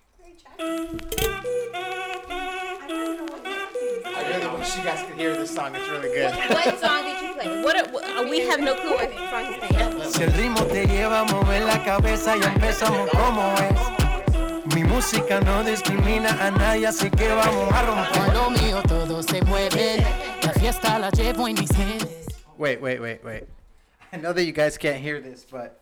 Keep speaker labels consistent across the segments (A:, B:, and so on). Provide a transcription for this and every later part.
A: Jackson. I don't know what that is.
B: I really wish you guys could hear this song. It's really good.
C: What song did you play? What, a, what we have no clue what that song is playing.
D: Si el ritmo te lleva a mover la cabeza y empezamos como es. Mi música no discrimina a nadie, así que vamos a romper.
E: Con lo mío todo se mueve. La fiesta la llevo en mis genes.
B: Wait, wait, wait, wait. I know that you guys can't hear this, but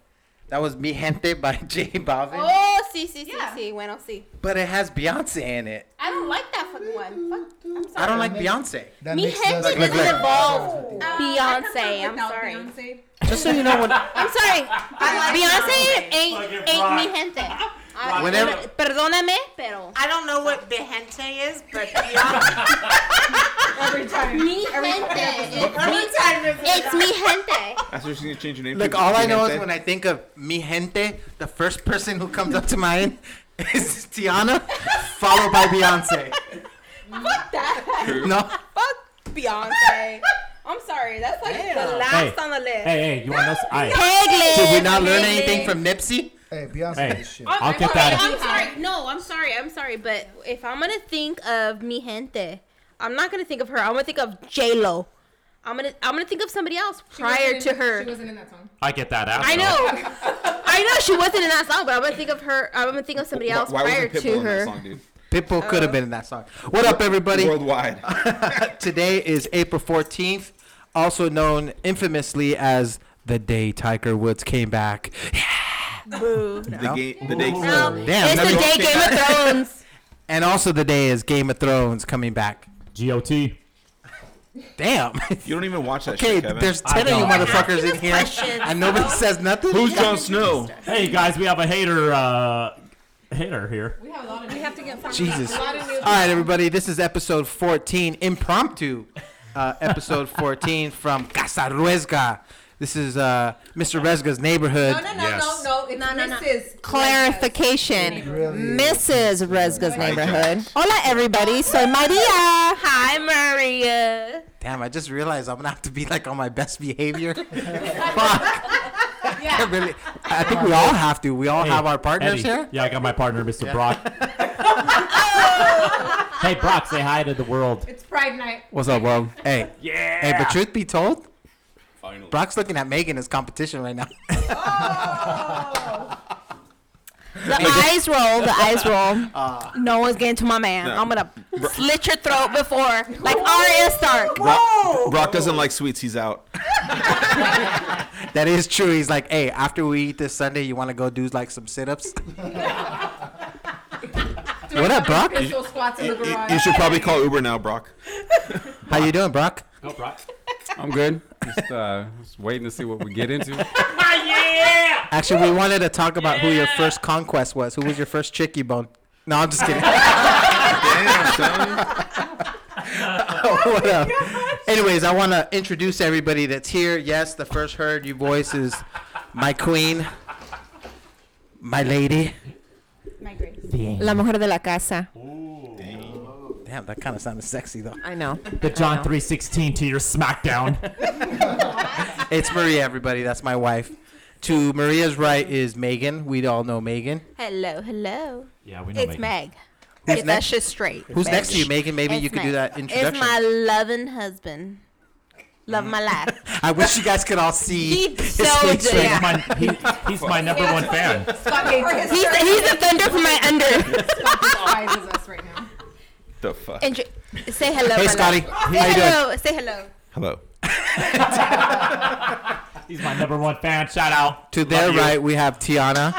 B: that was Mi Gente by J Balvin.
C: Oh, sí, sí, sí,
A: Yeah.
C: sí, bueno, sí.
B: But it has Beyonce in it.
C: I don't like that fucking one. Fuck, I'm sorry.
B: I don't like Beyonce.
F: That
C: Mi
F: mix does
C: gente
F: make
B: doesn't
F: sense.
C: involve
A: Uh, I
C: Beyonce,
A: prefer
C: I'm
A: without
C: sorry.
A: Beyonce.
B: Just so you know, when,
C: I'm sorry.
A: like
C: Beyonce
A: Beyonce.
C: ain't,
G: Fucking
C: ain't
G: rock.
C: mi gente. I-
B: Whenever-
C: perdóname, pero
H: I don't know what Behente is, but Beyonce.
A: Every time.
C: mi gente.
H: Every time it's
C: It's mi gente.
I: That's what you need to change your name.
B: look,
I: to.
B: all I know
I: Gente.
B: is when I think of Mi Gente, the first person who comes up to mind is Tiana, followed by Beyonce. No,
C: Fuck Beyonce. I'm sorry. That's like the last
G: Hey.
C: on the list.
G: Hey, hey, you want those? I,
C: Peglet.
B: did we not learn anything from Nipsey?
F: Hey, Beyonce
G: Hey.
F: is shit.
G: I'll get that.
C: I'm sorry. No, I'm sorry. I'm sorry. But if I'm gonna think of mi gente, I'm not gonna think of her. I'm gonna think of J Lo. I'm gonna I'm gonna think of somebody else prior to her.
J: She wasn't in that song.
G: I get that ass.
C: I
G: though.
C: know. I know she wasn't in that song, but I'm gonna think of her. I'm gonna think of somebody else
I: Why
C: prior
I: wasn't Pitbull
C: to
I: in that
C: her.
I: song, dude?
B: Pitbull could have been in that song. What up, everybody?
I: Worldwide.
B: Today is April 14th, also known infamously as the day Tiger Woods came back.
C: Boo.
I: The game. The day.
C: No,
B: Damn,
C: Um, it's
B: let
C: the
B: me go
C: day
B: check
C: Game of Thrones.
B: And also the day is Game of Thrones coming back.
G: GOT.
B: Damn.
I: You don't even watch that
B: okay,
I: shit, Kevin.
B: there's 10
G: I
B: of you
G: don't.
B: motherfuckers in here
C: questions,
B: and nobody says nothing.
I: Who's Jon Snow?
G: Hey guys, we have a hater. uh Hater here.
J: We have a lot of. We have to get some.
B: Jesus.
J: A
B: Uh,
J: lot of new.
B: All right, everybody, this is episode 14, impromptu uh, episode 14 from Casa Ruesga. This is uh, Mr. Resga's neighborhood.
J: No, no, no,
G: Yes.
J: no, no. It's
C: no, no.
J: Mrs.
H: clarification.
F: Really is.
H: Mrs. Resga's neighborhood. Hola, everybody. Soy Maria.
C: Hi, Maria.
B: Damn, I just realized I'm gonna have to be like on my best behavior. Fuck. I, really, I think we all have to. We all
G: Hey,
B: have our partners
G: Eddie.
B: here.
G: Yeah, I got my partner, Mr. Brock. hey Brock, say hi to the world.
J: It's Pride Night.
B: What's up, bro? Hey,
G: Yeah.
B: hey, but truth be told, Brock's looking at Megan as competition right now.
H: The eyes roll. The eyes roll.
B: Ah.
C: No one's getting to my man.
I: No.
C: I'm gonna slit your throat before, like Arya Stark.
I: Brock, Brock doesn't like sweets. He's out.
B: that is true. He's like, hey, after we eat this Sunday, you want to go do like some sit ups? what up, Brock?
J: Crystal squats in the
I: You,
J: garage.
I: you should probably call Uber now, Brock.
B: How you doing, Brock?
G: Go Brock.
K: I'm good. Just, uh, just waiting to see what we get into.
B: Actually, we wanted to talk about who your first conquest was. Who was your first chick you boned? No, I'm just kidding.
I: Damn, son.
G: Oh
B: what up? Anyways, I want to introduce everybody that's here. Yes, the first heard you voice is my queen, my lady.
C: My grace.
H: La mujer de la casa.
B: Damn, that kind of sounded sexy though.
H: I know.
G: The John three sixteen to your SmackDown.
B: It's Maria, everybody. That's my wife. To Maria's right is Megan. We all know Megan.
C: Hello, hello.
G: yeah, we know.
C: It's
G: Megan.
C: Meg. Get that
B: next?
C: shit straight.
B: Who's next to you, Megan? Maybe you
C: It's
B: could do
C: Meg.
B: that
C: It's
B: introduction.
C: my loving husband. Love my life.
B: I wish you guys could all see
C: He
B: his
C: so
B: face
C: did.
B: right
C: Yeah.
B: now.
G: My, he, he's my number one fan.
J: Fucking
C: He's the, he's the thunder for my under.
J: despises us right now.
I: The fuck.
C: And j- say hello.
B: Hey,
C: my
B: Scotty.
C: love.
B: How
C: Say
B: you doing?
C: hello. Say hello.
I: Hello.
G: He's my number one fan. Shout out
B: To their
G: Love you.
B: right, we have Tiana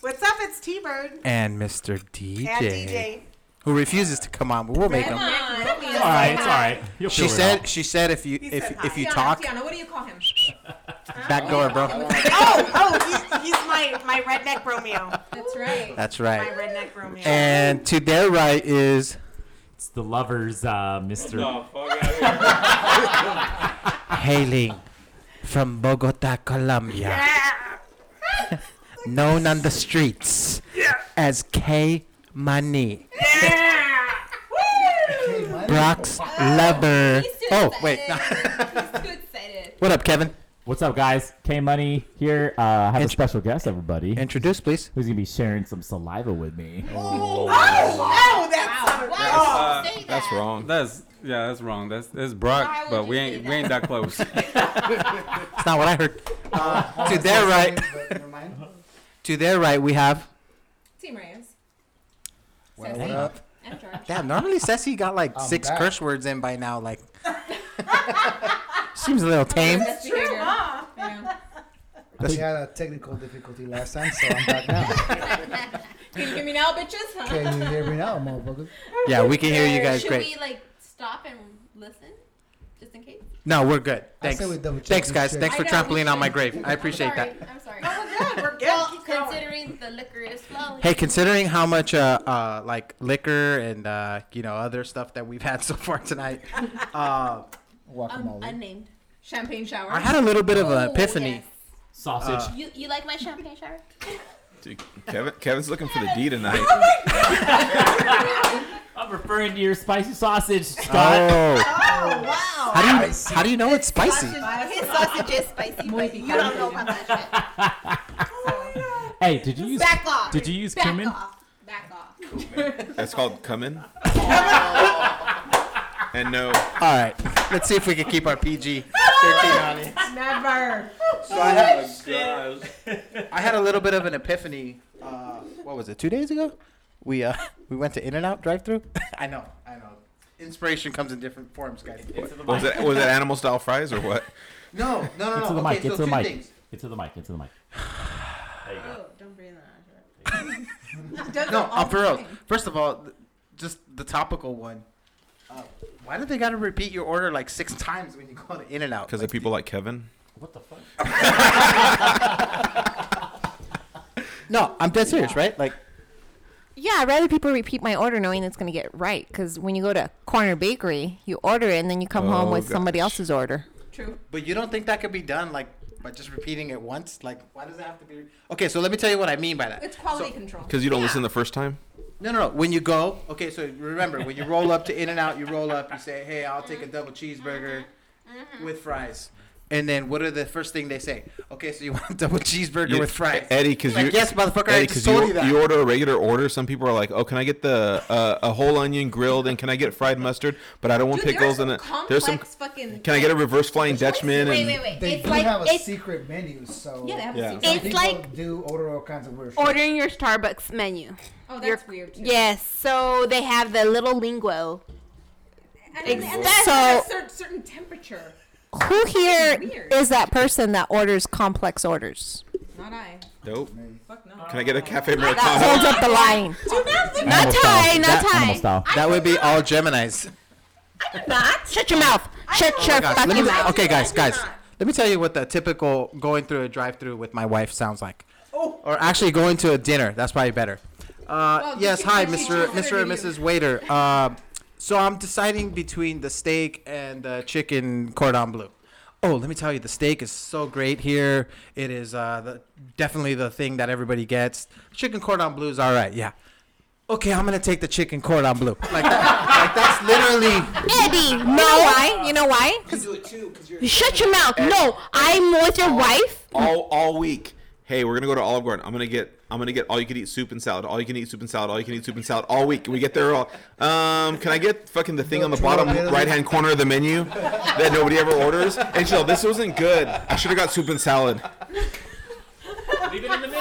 H: What's up? It's T Bird
B: and Mr. DJ,
H: and DJ.
B: who refuses to come on, but we'll make him.
G: It's all right. It's all right. You'll
B: She
G: figure it
B: said.
G: out.
B: She said if you if
H: said
B: if you
J: Tiana,
B: talk
J: Tiana, what do you call him?
B: back door, bro.
H: Oh, oh, he's, he's my, my redneck Romeo.
J: That's right.
B: That's
H: My
B: right.
H: redneck Romeo.
B: And to their right is
G: it's the lovers, uh, Mr.
B: hailing from Bogota, Colombia,
H: Ah,
B: known on the streets as K Money,
H: ah.
B: Brock's lover.
C: He's too
B: Oh
C: excited.
B: wait,
C: He's too excited.
B: what up, Kevin?
G: What's up, guys? K Money here. Uh, I have
B: Int-
G: a special guest, everybody.
B: Introduce, please.
G: Who's gonna be sharing some saliva with me?
J: Oh, wow, that's wow.
C: Uh,
L: That's, wrong. That's yeah, that's wrong. That's that's Brock, but we ain't we ain't that close.
B: It's not what I heard. to their right, to their right, we have.
J: Team Reyes.
B: What
J: Sassy.
B: up?
J: And George.
B: Uh, Damn, normally Ceci got like
J: I'm
B: six
J: back.
B: curse words in by now. Like, seems a little tame.
J: That's true, huh?
M: We had a technical difficulty last time, so I'm back now.
J: Can you hear me now, bitches? Huh?
M: Can you hear me now, motherfucker?
B: Yeah, we can hear you guys
J: Should
B: great.
J: we like stop and listen, just in case?
B: No, we're good.
M: I say
B: Thanks.
M: we double check
B: Thanks,
M: these
B: guys.
M: chicks.
B: Thanks
J: I
B: for
J: know,
B: trampling
J: we
B: on my
J: should.
B: grave. I appreciate that.
J: I'm sorry. Oh my God, we're good. Well, considering the liquor is flowing.
B: Hey, considering how much uh, uh like liquor and uh you know other stuff that we've had so far tonight, uh,
J: um, unnamed champagne shower.
B: I had a little bit of an
J: Ooh,
B: epiphany.
J: yes.
B: Uh,
J: you you like my champagne shower?
I: Dude, Kevin, Kevin's looking for the D tonight.
G: I'm referring to your spicy sausage,
B: Oh.
G: Scott.
J: Oh wow.
B: how do you how do you know it's spicy?
J: His sausage is spicy, but you don't know how much.
G: Hey, did you use
J: Back off.
G: did you use
J: Back
G: cumin?
J: Off. Back off.
I: That's called coming. and no.
B: All right, let's see if we can keep our PG.
J: Never.
B: So I have I had a little bit of an epiphany. Uh, what was it? Two days ago, we uh we went to In and Out drive-through. I know, I know. Inspiration comes in different forms, guys.
I: Was it was it animal style fries or what?
B: No, no, no,
G: Get
B: no.
G: to the
B: okay,
G: mic. Get
B: so
G: to the
B: two
G: mic.
B: things.
G: Get to the mic. Get to the mic. There you go.
J: Don't bring that.
B: No, I'm for real. First of all, th- just the topical one. Uh, why do they got to repeat your order like six times when you go to In and Out?
I: Because of people like Kevin.
G: What the fuck?
B: No, I'm dead serious, right? Like,
C: Yeah, I'd rather people repeat my order knowing it's going to get right. Because when you go to Corner Bakery, you order it and then you come home
B: Oh,
C: with somebody
B: gosh.
C: else's order.
J: True.
B: But you don't think that could be done like by just repeating it once? Like, why does it have to be? Okay, so let me tell you what I mean by that.
J: It's quality control.
I: Because you don't listen the first time.
B: No, no, no. When you go, okay, so remember, when you roll up to In and Out, you roll up, you say, hey, I'll take a double cheeseburger with fries. And then what are the first thing they say? Okay, so you want a double cheeseburger
I: You-
B: with fries.
I: Eddie, because
B: Like,
I: you
B: yes, motherfucker, I
I: Eddie,
B: just
I: 'cause
B: told you,
I: you,
B: that.
I: you order a regular order. Some people are like, "Oh, can I get the uh, a whole onion grilled and can I get fried mustard? But I don't want
J: Dude, there are
I: pickles
J: some
I: and a,
J: complex fucking-
I: Can I get a reverse flying Dutchman?
J: Wait,
I: and
J: wait, wait.
M: They
J: It's
M: do
J: like-
M: have a
J: it's-
M: secret menu, so
J: Yeah, they have
I: a Yeah. secret
M: Some
I: It's
M: people
C: like-
M: do order all kinds of weird. shit.
N: Ordering your Starbucks menu.
J: Oh, that's
N: Your-
J: weird, too.
N: Yes, so they have the little linguo.
J: And, and
N: Exactly.
J: that's
C: So-
J: at a cer- certain temperature.
C: Who here
J: Weird.
C: is that person that orders complex orders?
J: Not I.
I: Nope.
J: Fuck no.
I: Can I get a cafe
C: That
I: americano?
C: holds up the line.
I: Animal
C: Not I,
I: style.
G: Oh,
C: not
I: That
C: I.
I: animal style.
B: That would be all Geminis.
C: Not. Shut your mouth. Shut
B: Oh my
C: your
B: gosh, let me-
C: fucking mouth.
B: Okay, guys, guys. Let me tell you what the typical going through a drive-through with my wife sounds like.
J: Oh.
B: Or actually going to a dinner. That's probably better. Uh,
J: Well,
B: yes,
J: you can
B: hi,
J: actually
B: Mr.
J: choose
B: Mr. and
J: what it
B: Mrs. Waiter. Uh, so I'm deciding between the steak and the chicken cordon bleu. Oh, let me tell you, the steak is so great here. It is uh, the, definitely the thing that everybody gets. Chicken cordon bleu is all right, yeah. Okay, I'm gonna take the chicken cordon bleu. Like, like that's literally.
C: Eddie, no, why? You know why? Shut your mouth. No, I'm with your wife.
I: all all week. Hey, we're gonna go to Olive Garden. I'm gonna get I'm gonna get all you can eat soup and salad. All you can eat soup and salad. All you can eat soup and salad all week. And we get there all. Um, can I get fucking the thing on the bottom right hand corner of the menu that nobody ever orders? And she'll this wasn't good. I should have got soup and salad.
G: Leave it in the middle.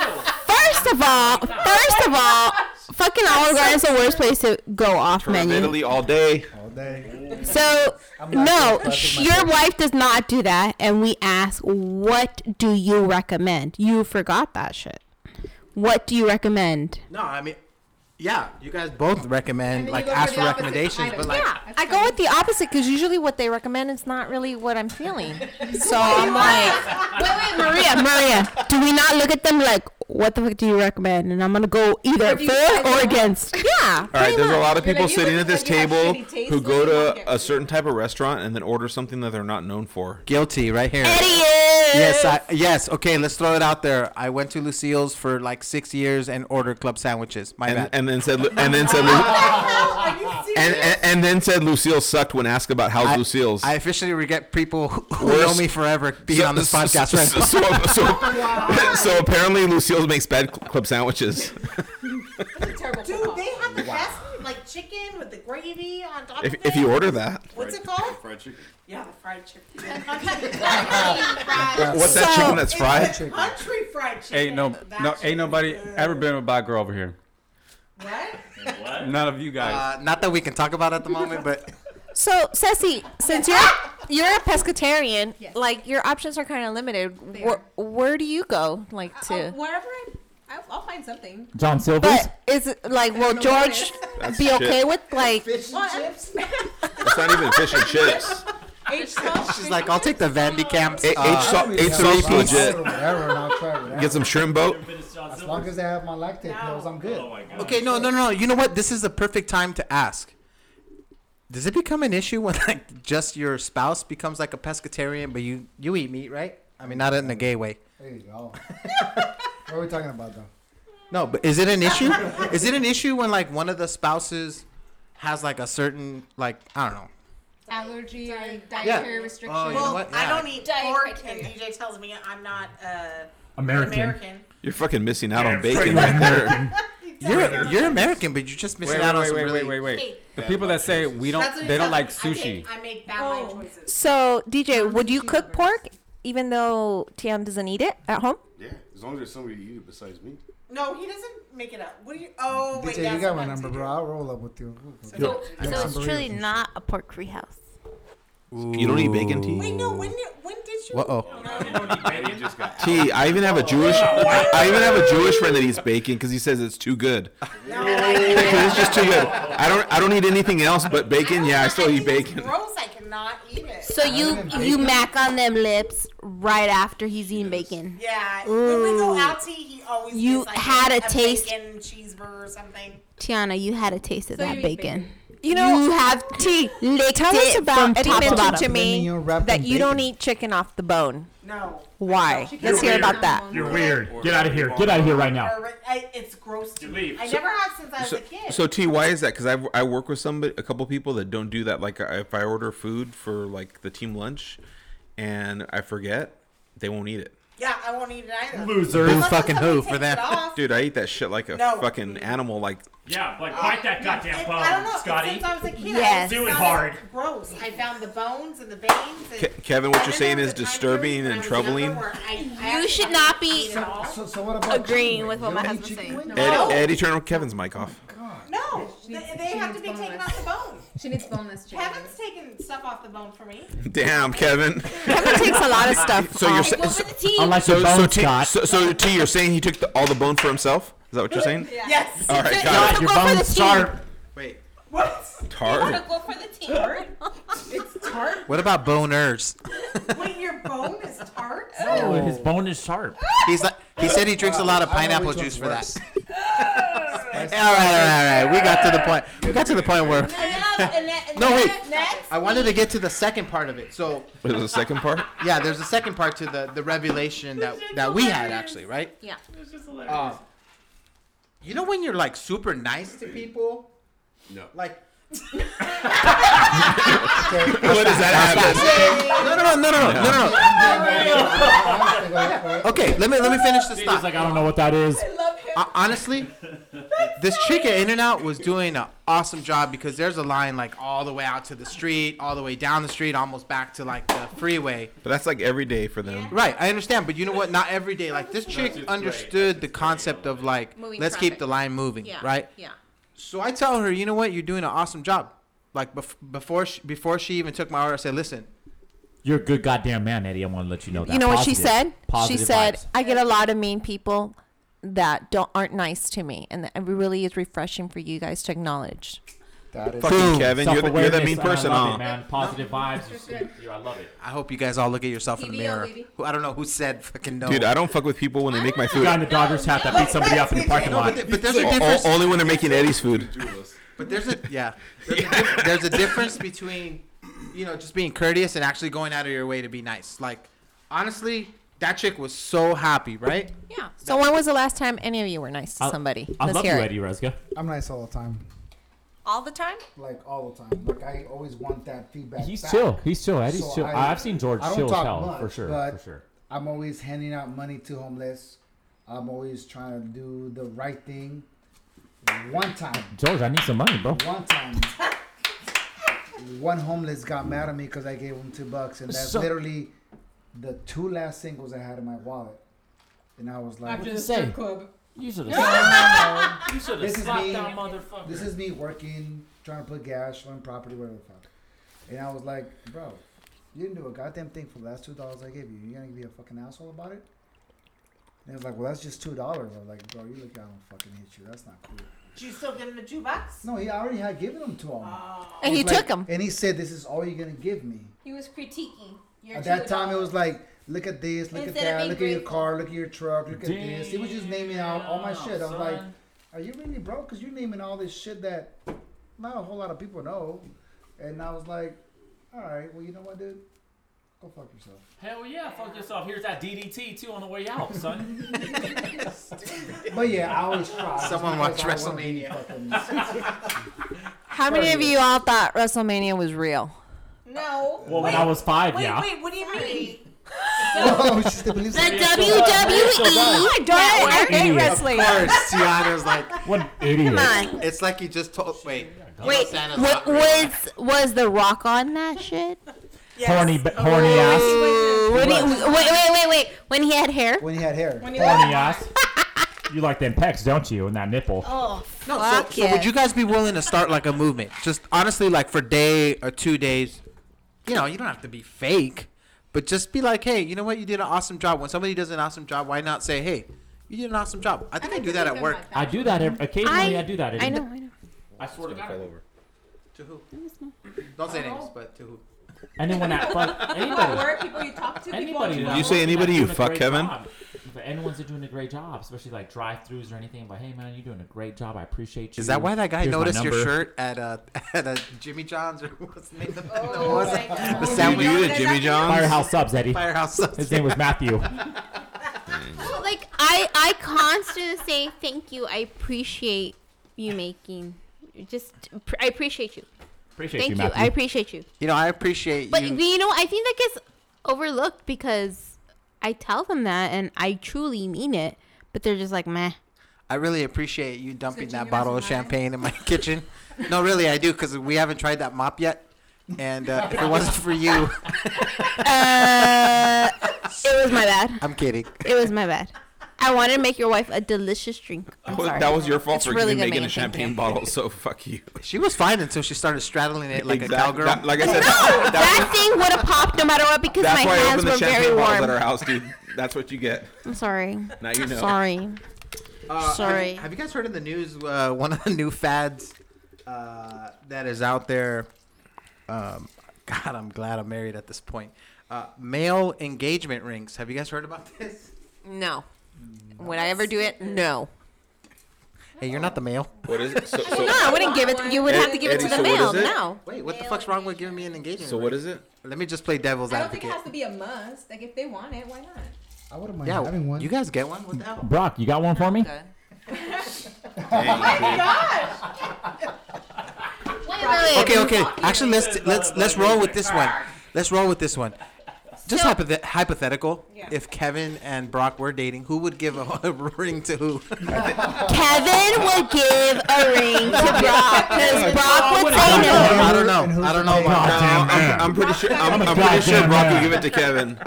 C: First of all, first of all, fucking Olive Garden is the worst place to go off
I: From
C: menu.
I: Italy all day.
M: All day.
C: So
M: I'm not
C: no,
M: impressed with
C: sh-
M: myself.
C: your wife does not do that, and we ask, "What do you recommend?" You forgot that shit. What do you recommend?
B: No, I mean, yeah, you guys both recommend like ask for recommendations, but like,
C: I go with the opposite because usually what they recommend is not really what I'm feeling. So I'm like,
N: Wait, wait,
C: Maria, Maria, do we not look at them like, what the fuck do you recommend? And I'm gonna go either
N: Review
C: for or
N: everyone.
C: against. Yeah.
I: All right,
C: pretty
I: there's a
C: much.
I: lot of people
C: You're like, you
I: sitting
C: look
I: at this
C: like you have
I: table
C: shitty taste,
I: who
C: so
I: go
C: you don't
I: to a certain type of restaurant and then order something that they're not known for.
B: Guilty right here.
C: Eddie
B: Yes, I, yes. Okay, let's throw it out there. I went to Lucille's for like six years and ordered club sandwiches. My
I: and,
B: bad.
I: and then said and then said and, and, and then said Lucille sucked when asked about how's Lucille's.
B: I officially regret people who who
I: Worst-
B: know me forever being
I: So-
B: on this
I: so-
B: podcast.
I: so-
B: right
I: so-
B: now.
I: so, so apparently Lucille makes bad cl- club sandwiches.
H: Terrible. Dude, they have the best like chicken with the gravy on top.
I: If-
H: of
I: if
H: it.
I: you order that.
H: what's it called?
F: Fried chicken.
H: Yeah, the fried chicken.
K: What's that chicken that's
H: It's
K: fried?
H: the Country fried chicken.
K: Ain't no,
H: That
K: no,
H: shit
K: ain't nobody ever been with a black girl over here.
H: What?
K: What? None of you guys.
B: Uh, not that we can talk about at the moment, but
O: So, Ceci, since you're you're a pescatarian, like your options are kind of limited. Where, where do you go, like
J: I'll-
O: to?
J: wherever I, I'll, I'll find something.
G: John Silver's.
O: But is it like will
J: I don't know what it
O: George
I: That's
O: be
I: shit.
O: okay with like?
J: chips.
I: It's not even fish and chips.
B: she's like, "Oh." I'll take the Vandy camps.
I: H- H-
B: uh,
I: H- H-
B: three
I: H-
B: piece.
I: legit.
M: Whatever, and I'll try whatever.
I: Get some shrimp boat.
M: As long as I have my lactate pills, I'm good.
B: Okay, no, no, no. You know what? This is the perfect time to ask. Does it become an issue when like just your spouse becomes like a pescatarian, but you you eat meat, right? I mean, not in a gay way.
M: There you go. what are we talking about though?
B: No, but is it an issue? is it an issue when like one of the spouses has like a certain like I don't know?
J: Allergy or
B: dietary
J: dietary restriction.
B: Oh, you know
H: well,
B: what?
H: I
B: Yeah.
H: don't eat pork, and DJ tells me I'm not uh,
I: American.
H: American.
I: You're fucking missing out
K: Yeah,
I: on bacon
K: freaking
I: right
K: American.
I: there.
B: You're you're American, but you're just
K: Wait,
B: missing
K: wait,
B: out on
K: wait,
B: some
K: wait,
B: really.
K: wait, wait, wait. The people that say we
H: That's what
K: don't,
H: he
K: they don't like
H: tells me.
K: sushi.
H: I, take, I make bad life
O: Oh.
H: choices.
C: So, DJ, would you cook pork even though Tiam doesn't eat it at home?
P: Yeah, as long as there's somebody to eat it besides me.
H: No, he doesn't make it up. What do you? Oh, wait,
M: DJ, you
H: that's
M: got my
H: not
M: number, bro. I'll roll up with you.
I: So-
M: Make
Q: So
M: some
Q: it's truly
M: burritos.
Q: not a pork free house.
I: You don't eat bacon tea?
H: Wait, no. When did when did you?
I: Uh oh. T. I even have a Jewish. I even have a Jewish friend that eats bacon because he says it's too good. 'Cause it's just too good. I don't. I don't eat anything else but bacon. Yeah, I still eat bacon.
H: Gross! I cannot eat it.
O: So you you mac on them lips right after he's eating bacon.
H: Yeah. When we go
O: Ooh.
H: out to eat, he always
O: You
H: gets, like,
O: had a taste-
H: bacon cheeseburger or something.
O: Tiana, you had a taste of
H: So
O: that
H: you eat
O: bacon.
C: You know,
O: you have tea. Licked
C: Tell us
O: it from
C: about and you
O: top to
C: mentioned
O: bottom.
C: to me that you don't eat chicken off the bone.
H: No.
C: Why? Let's hear about that.
G: You're weird. Get out of here. Get out of here right now.
H: Or, I, it's gross to me. I
I: So-
H: never had since I was
I: So,
H: a kid.
I: so T, why is that? Because I I work with somebody, a couple people that don't do that. Like I- if I order food for like the team lunch, and I forget, they won't eat it.
H: yeah, I won't eat it either.
I: Who
H: Unless
I: fucking
H: somebody
I: who
H: takes
I: for
H: it
I: that?
H: off.
I: Dude, I eat that shit like a
H: No.
I: fucking animal. Like
G: Yeah, like bite that goddamn bone,
H: Uh, I don't know.
G: Scotty.
H: Since I was a kid,
G: Yes.
H: I
G: Do it
H: found
G: hard.
H: Gross. I found the bones and the veins. And
I: Ke- Kevin, what you're saying is disturbing and troubling.
O: You should not be agreeing with what my
M: Don't eat
O: husband's saying.
I: Eddie, Eddie, turn Kevin's mic off.
H: No, they, they have to be taken off the bone.
J: She needs boneless chicken.
H: Kevin's taking stuff off the bone for me.
I: Damn, Kevin.
H: Kevin takes a lot of
O: stuff
I: So you're
O: off.
I: sa-
O: Well,
I: so,
O: for the team.
I: so,
O: Unlike the
I: so
O: bone,
I: T,
O: Scott.
I: so, so T, you're saying he took the, all the bone for himself? Is that what you're saying?
H: Yes.
I: All right, got it.
O: Your Go for the bone's team. tart.
B: Wait.
H: What?
I: Tart.
H: go for the team. Tart? it's tart.
B: What about boners?
H: Wait, your bone is tart.
G: Oh, his bone is sharp.
C: Ah,
B: He's like he said he drinks a lot of
G: Wow, I know
B: pineapple
G: which one
B: juice for
G: works.
B: that. all right, all right, all right. We got to the point. We got to the point where. No wait. I wanted to get to the second part of it. So
I: There's a second part.
B: yeah, there's a second part to the the revelation that that we had actually, right?
O: Yeah.
B: Uh, you know when you're like super nice to people,
P: No.
B: like.
I: What does that have?
B: No, no, no, no, no, no, no, no. Okay, let me let me finish this thought.
G: Like I don't know what that is.
B: Uh, honestly, this chick at In and Out was doing an awesome job because there's a line like all the way out to the street, all the way down the street, almost back to like the freeway.
I: But that's like every day for them.
B: Right, I understand, but you know what? Not every day. Like this chick understood the concept of like
O: Moving
B: let's
O: traffic.
B: keep the line moving,
O: Yeah.
B: right?
O: Yeah.
B: So I tell her, you know what? You're doing an awesome job. Like bef- before she, before she even took my order, I said, listen,
G: You're a good goddamn man, Eddie. I want to let you know that.
C: You know what she
G: Positive-
C: said? She
G: Positive
C: said,
G: vibes.
C: "I get a lot of mean people that don't aren't nice to me, and it really is refreshing for you guys to acknowledge."
M: That
I: Fucking Kevin, you're the, you're the mean
G: Self-awareness,
I: person, Oh. huh?
G: and I love it, man. Positive vibes. You're, you're, I love it.
B: I hope you guys all look at yourself in the
G: TVO,
B: mirror.
G: baby.
B: Who- I don't know who said fucking no.
I: Dude, I don't fuck with people when they make my food.
G: The guy in the Dodgers hat that beat somebody up in the parking
B: No,
G: lot.
B: but- but there's a
I: O- o-
B: difference.
I: only when they're making Eddie's food.
B: But there's a yeah. There's, A, diff- there's a difference between you know just being courteous and actually going out of your way to be nice. Like honestly, That chick was so happy, right?
C: Yeah. So when was the last time any of you were nice to somebody?
B: I
C: Let's
B: love
C: hear
B: you,
C: it.
B: Eddie Resga.
M: I'm nice all the time.
C: All the time?
M: Like all the time. Like I always want that feedback.
G: He's
M: back.
G: chill. He's chill. Eddie's chill. I've seen George
M: I don't
G: chill as
M: talk
G: hell,
M: much,
G: for sure,
M: But
G: for sure.
M: I'm always handing out money to homeless. I'm always trying to do the right thing. One time,
G: George, I need some money, bro.
M: one time, one homeless got mad at me because I gave him two bucks, and that's
G: So-
M: literally the two last singles I had in my wallet. And I was like,
G: After the strip Same. club. You should have slapped- you should have
M: This is
G: slapped
M: me-
G: that motherfucker.
M: This is me working, trying to put gas, on property, whatever the fuck. And I was like, bro, you didn't do a goddamn thing for the last two dollars I gave you. You're gonna be a fucking asshole about it? And he was like, well, that's just two dollars. I was like, bro, you look, I don't fucking hit you. That's not cool.
H: Did you still give him the two bucks?
M: No, he already had given them to him.
H: And
M: He's
H: he
M: like- And he said, this is all you're gonna give me.
J: He was critiquing. Your
M: At that
J: two
M: time, it was like, look at this, look
J: Instead of
M: at that,
J: being
M: look at your
J: grateful.
M: car, look at your truck, look at this. He was just naming out all my shit. I was like,
G: son.
M: are you really broke? Because you're naming all this shit that not a whole lot of people know. And I was like, all right, well, you know what, dude? Go fuck yourself.
G: Hell yeah, fuck yourself. Here's that DDT too on the way out, son.
M: But yeah, I always try. just
B: Someone
M: because
B: watch
M: I wanna be
B: WrestleMania.
M: fucking-
C: How many of you all thought WrestleMania was real?
J: No.
G: Well, when I was five,
J: wait,
G: yeah.
J: Wait, what do you mean?
M: Whoa, she still believes
J: The
M: it.
J: WWE
C: I don't. I hate
B: Idiot.
C: wrestling.
B: Of course, Tiana's like,
G: what idiot.
C: Come
B: It's like you just told. Wait, you know
C: Wait,
B: Santa's
C: wa-
B: not real.
C: was was the Rock on that shit?
G: Horny, b- horny ass.
C: When he, wait, wait, wait, wait. When he had hair?
M: When he had hair.
C: When
G: Horny ass. You like them pecs, don't you? And that nipple.
C: Oh,
B: no. So would you guys be willing to start like a movement? Just honestly, like for day or two days, you know, you don't have to be fake, but just be like, hey, you know what, you did an awesome job. When somebody does an awesome job, why not say, hey, you did an awesome job? I think I, do that at work.
G: I do that ev- occasionally. I, do that.
C: I know, I know.
G: I swear to God.
B: To who? Don't say names, but to who?
G: Anyone that fuck anybody.
J: Where people you talk to, people
G: Anybody
J: you
G: that
J: know.
I: You say
G: works
I: anybody,
G: that's
I: you
G: doing a
I: fuck
G: great
I: Kevin.
G: job. If anyone's doing a great job, especially like drive-throughs or anything, but hey man, you're doing a great job. I appreciate you.
B: Is that why that guy
G: Here's my
B: noticed your
G: number.
B: shirt at a at a Jimmy John's or what's the name of the,
J: Oh
B: what's
J: my
B: the-
J: God.
B: the
J: Did you
B: sandwich?
J: do the Jimmy John's?
G: Firehouse subs, Eddie.
B: Firehouse subs.
G: His name was Matthew.
R: Like I, I constantly say thank you. I appreciate you making. Just, I appreciate you.
B: Appreciate
R: thank
B: you,
R: you. I
B: Matthew.
R: appreciate you.
B: You know, I appreciate
R: But
B: you.
R: you, know, I think that gets overlooked because I tell them that and I truly mean it, but they're just like, meh.
B: I really appreciate you dumping that bottle of champagne in my kitchen. No, really, I do because we haven't tried that mop yet. And uh, if it wasn't for you,
R: Uh, it was my bad.
B: I'm kidding.
R: It was my bad. I wanted to make your wife a delicious drink. I'm
I: Well,
R: sorry.
I: that was your fault
R: It's
I: for
R: really good
I: even making a
R: man, thank you.
I: champagne bottle. So fuck you.
B: She was fine until she started straddling it like
I: Exact-
B: a cowgirl.
I: that- like I said,
R: that, thing would have popped no matter what because
I: that's
R: my
I: why I
R: hands
I: opened the
R: were very
I: champagne bottles
R: warm.
I: at our house, dude. That's what you get.
R: I'm sorry.
I: Now you know.
R: Sorry.
B: Uh,
R: Sorry.
B: Have, have you guys heard in the news uh, one of the new fads uh, that is out there? Um, God, I'm glad I'm married at this point. Uh, male engagement rings. Have you guys heard about this?
C: No. Would I ever do it? No.
B: Hey, you're not the male.
I: What is it? So,
C: No, I wouldn't give it. You would have to give it to the male. No.
B: Wait, what the fuck's wrong with giving me an engagement?
I: So what is it?
B: Let me just play devil's
J: I don't think it
B: advocate.
J: has to be a must. Like if they want it, why not?
M: I wouldn't
B: Yeah, you guys get one. What the hell?
G: Brock, you got one for me?
J: oh my
B: dude.
J: gosh! wait,
B: Okay, okay. Actually, let's let's let's roll with this one. Let's roll with this one. Just hypothet- hypothetical. If Kevin and Brock were dating, who would give a, a ring to who?
R: Kevin would give a ring to Brock because Brock would say no.
B: I don't know. I don't know. About
I: No, I'm, I'm pretty sure. I'm, I'm pretty sure Brock will give it to Kevin.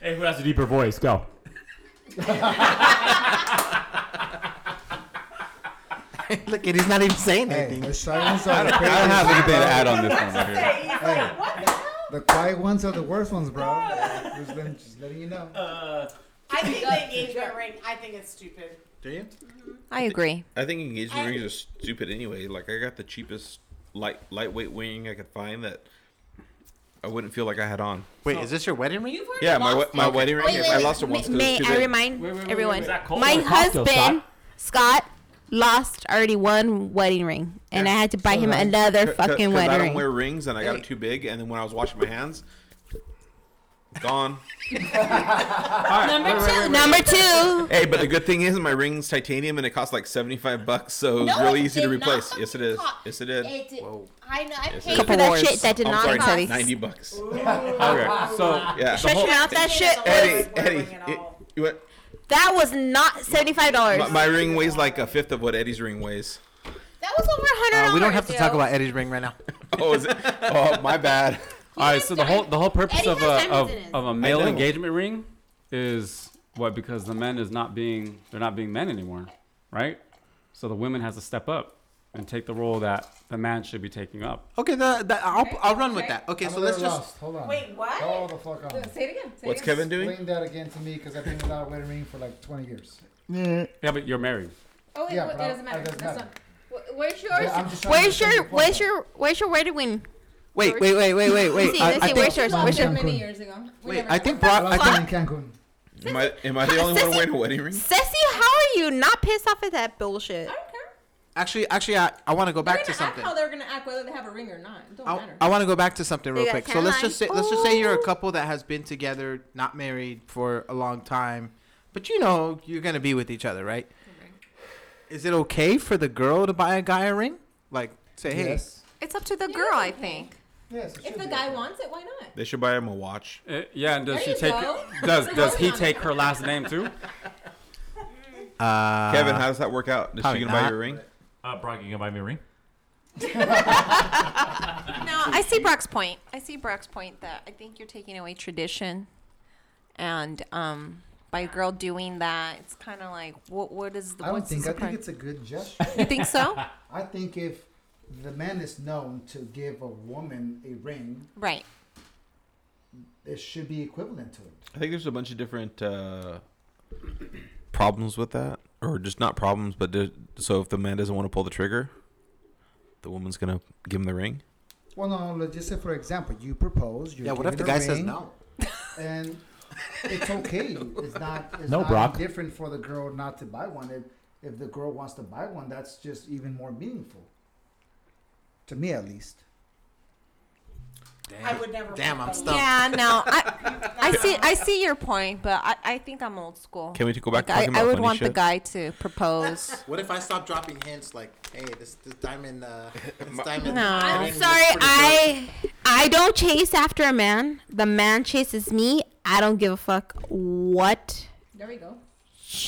G: Hey, who has a deeper voice? Go.
B: Look, he's not even saying
M: anything. The silence
I: I
M: are the
I: don't- I
M: craziest
I: don't have anything to
M: ones.
I: add on this one right here.
M: Hey, the quiet ones are the worst ones, bro. just, letting, just letting you know.
B: Uh,
H: I think the engagement ring. I think it's stupid.
I: Do you?
C: I agree.
I: I think engagement rings are stupid anyway. Like I got the cheapest light lightweight wing I could find that I wouldn't feel like I had on.
B: Wait, is this your wedding ring?
I: Yeah, my we- my wedding ring. I lost it once. 'cause
R: May
I: it's too
R: I
I: big.
R: remind everyone?
I: wait. Is that cold
R: My
I: or cocktail,
R: husband, Scott, lost already one wedding ring, and I had to buy him another
I: C- c-
R: fucking
I: 'cause I don't
R: wedding ring.
I: wear rings, and I got it too big. And then when I was washing my hands, Gone.
R: Number two. Number two.
I: Hey, but the good thing is my ring's titanium and it costs like seventy five bucks, so it's
R: No,
I: really
R: it
I: easy to
R: did not
I: replace. Yes, it is. Yes, it is.
R: It did- I know. I
I: Yes,
R: paid
I: it is.
R: for that shit that did
I: I'm
R: not
I: sorry,
R: cost.
I: ninety bucks.
K: Okay, so
I: yeah,
R: Shut your mouth. That shit was
I: Eddie, Eddie, it- you what?
R: that was not seventy five dollars.
I: My, my ring weighs like a fifth of what Eddie's ring weighs.
R: That was over a hundred.
B: Uh, we don't have to talk about Eddie's ring right now.
I: oh, is it? Oh, my bad.
K: All right, so the whole the whole purpose of
B: has
K: a
B: diamonds
K: of,
B: in his.
K: of
B: I
K: a male
B: know.
K: engagement ring is what because the men is not being they're not being men anymore, right? So the women has to step up and take the role that the man should be taking up.
B: Okay, the, the, I'll, I'll run with that. Okay,
M: I'm
B: so
M: a
B: let's
M: little
B: just.
M: lost. hold on.
H: Wait, what?
M: Hold the fuck on.
H: Say it again. Say it
I: What's again. Kevin doing?
M: Explain that again to me because I've been without a wedding ring for like 20 years.
K: Yeah, but you're married.
J: Oh, it,
M: Yeah,
J: it
M: but I-
J: doesn't matter.
M: it doesn't
J: That's
M: matter.
J: not- wh- Where's yours?
M: Yeah, I'm just trying to
R: Where's
M: understand
R: your
M: the point.
R: where's your where's your where to win?
B: Wait, wait, wait, wait, wait, wait.
R: Let's see,
B: I-
R: let's
B: I
R: see.
B: think-
R: Where's yours?
J: Well,
R: Where's
J: so
R: yours?
J: many years ago. We
B: Wait,
J: never
B: I
J: got
B: think
J: one.
B: Brock. I think.
M: in Cancun.
I: Am I am I the only one
R: Sissy.
I: wearing a wedding ring?
R: Ceci, how are you not pissed off at that bullshit?
B: Actually, actually, I, I want to go back to
J: They're gonna act
B: something.
J: how they're gonna act whether they have a ring or not. It don't
B: I,
J: matter.
B: I want to go back to something
J: They
B: real
J: got
B: quick. So
J: kinda
B: let's
J: like,
B: just say let's just say you're a couple that has been together, not married for a long time, but you know you're gonna be with each other, right? Is it okay for the girl to buy a guy a ring? Like say, hey,
M: Yes.
C: It's up to the girl, I think.
M: Yes,
J: if the guy wants it, why not?
I: They should buy him a watch.
K: Uh, yeah, and does
J: There
K: she
J: you
K: take
J: go.
K: does does he
J: Hold on.
K: take her last name too?
B: uh,
I: Kevin, how does that work out? Is she
B: probably
I: gonna buy
B: not.
I: your ring?
G: Uh, Brock, you gonna buy me a ring?
C: No, I see Brock's point. I see Brock's point that I think you're taking away tradition, and um, by a girl doing that, it's kind of like what what is the
M: I don't
C: what's the
M: think. I
C: surprise?
M: think it's a good gesture.
C: You think so?
M: I think if the man is known to give a woman a ring,
C: right.
M: it should be equivalent to it.
I: I think there's a bunch of different uh, problems with that, or just not problems, but di- so if the man doesn't want to pull the trigger, the woman's gonna give him the ring.
M: Well, no, let's just say for example, you propose. You're
B: Yeah, what if
M: given
B: the
M: a
B: guy says
M: ring,
B: no?
M: And it's okay. It's not. It's
G: No,
M: not
G: Brock.
M: Different for the girl not to buy one. If if the girl wants to buy one, that's just even more meaningful. To me, at least.
H: I would never.
B: Damn, I'm stumped.
C: Yeah, no, I, I see, I see your point, but I, I think I'm old school.
I: Can we go back to
C: Like,
I: talking
C: I, I
I: about
C: would
I: funny
C: want the
I: shit?
C: guy to propose.
B: What if I stop dropping hints like, hey, this this diamond, uh, this diamond.
R: No, I'm
B: ring looks
R: sorry.
B: pretty
R: I I don't chase after a man. The man chases me. I don't give a fuck what
J: There we go.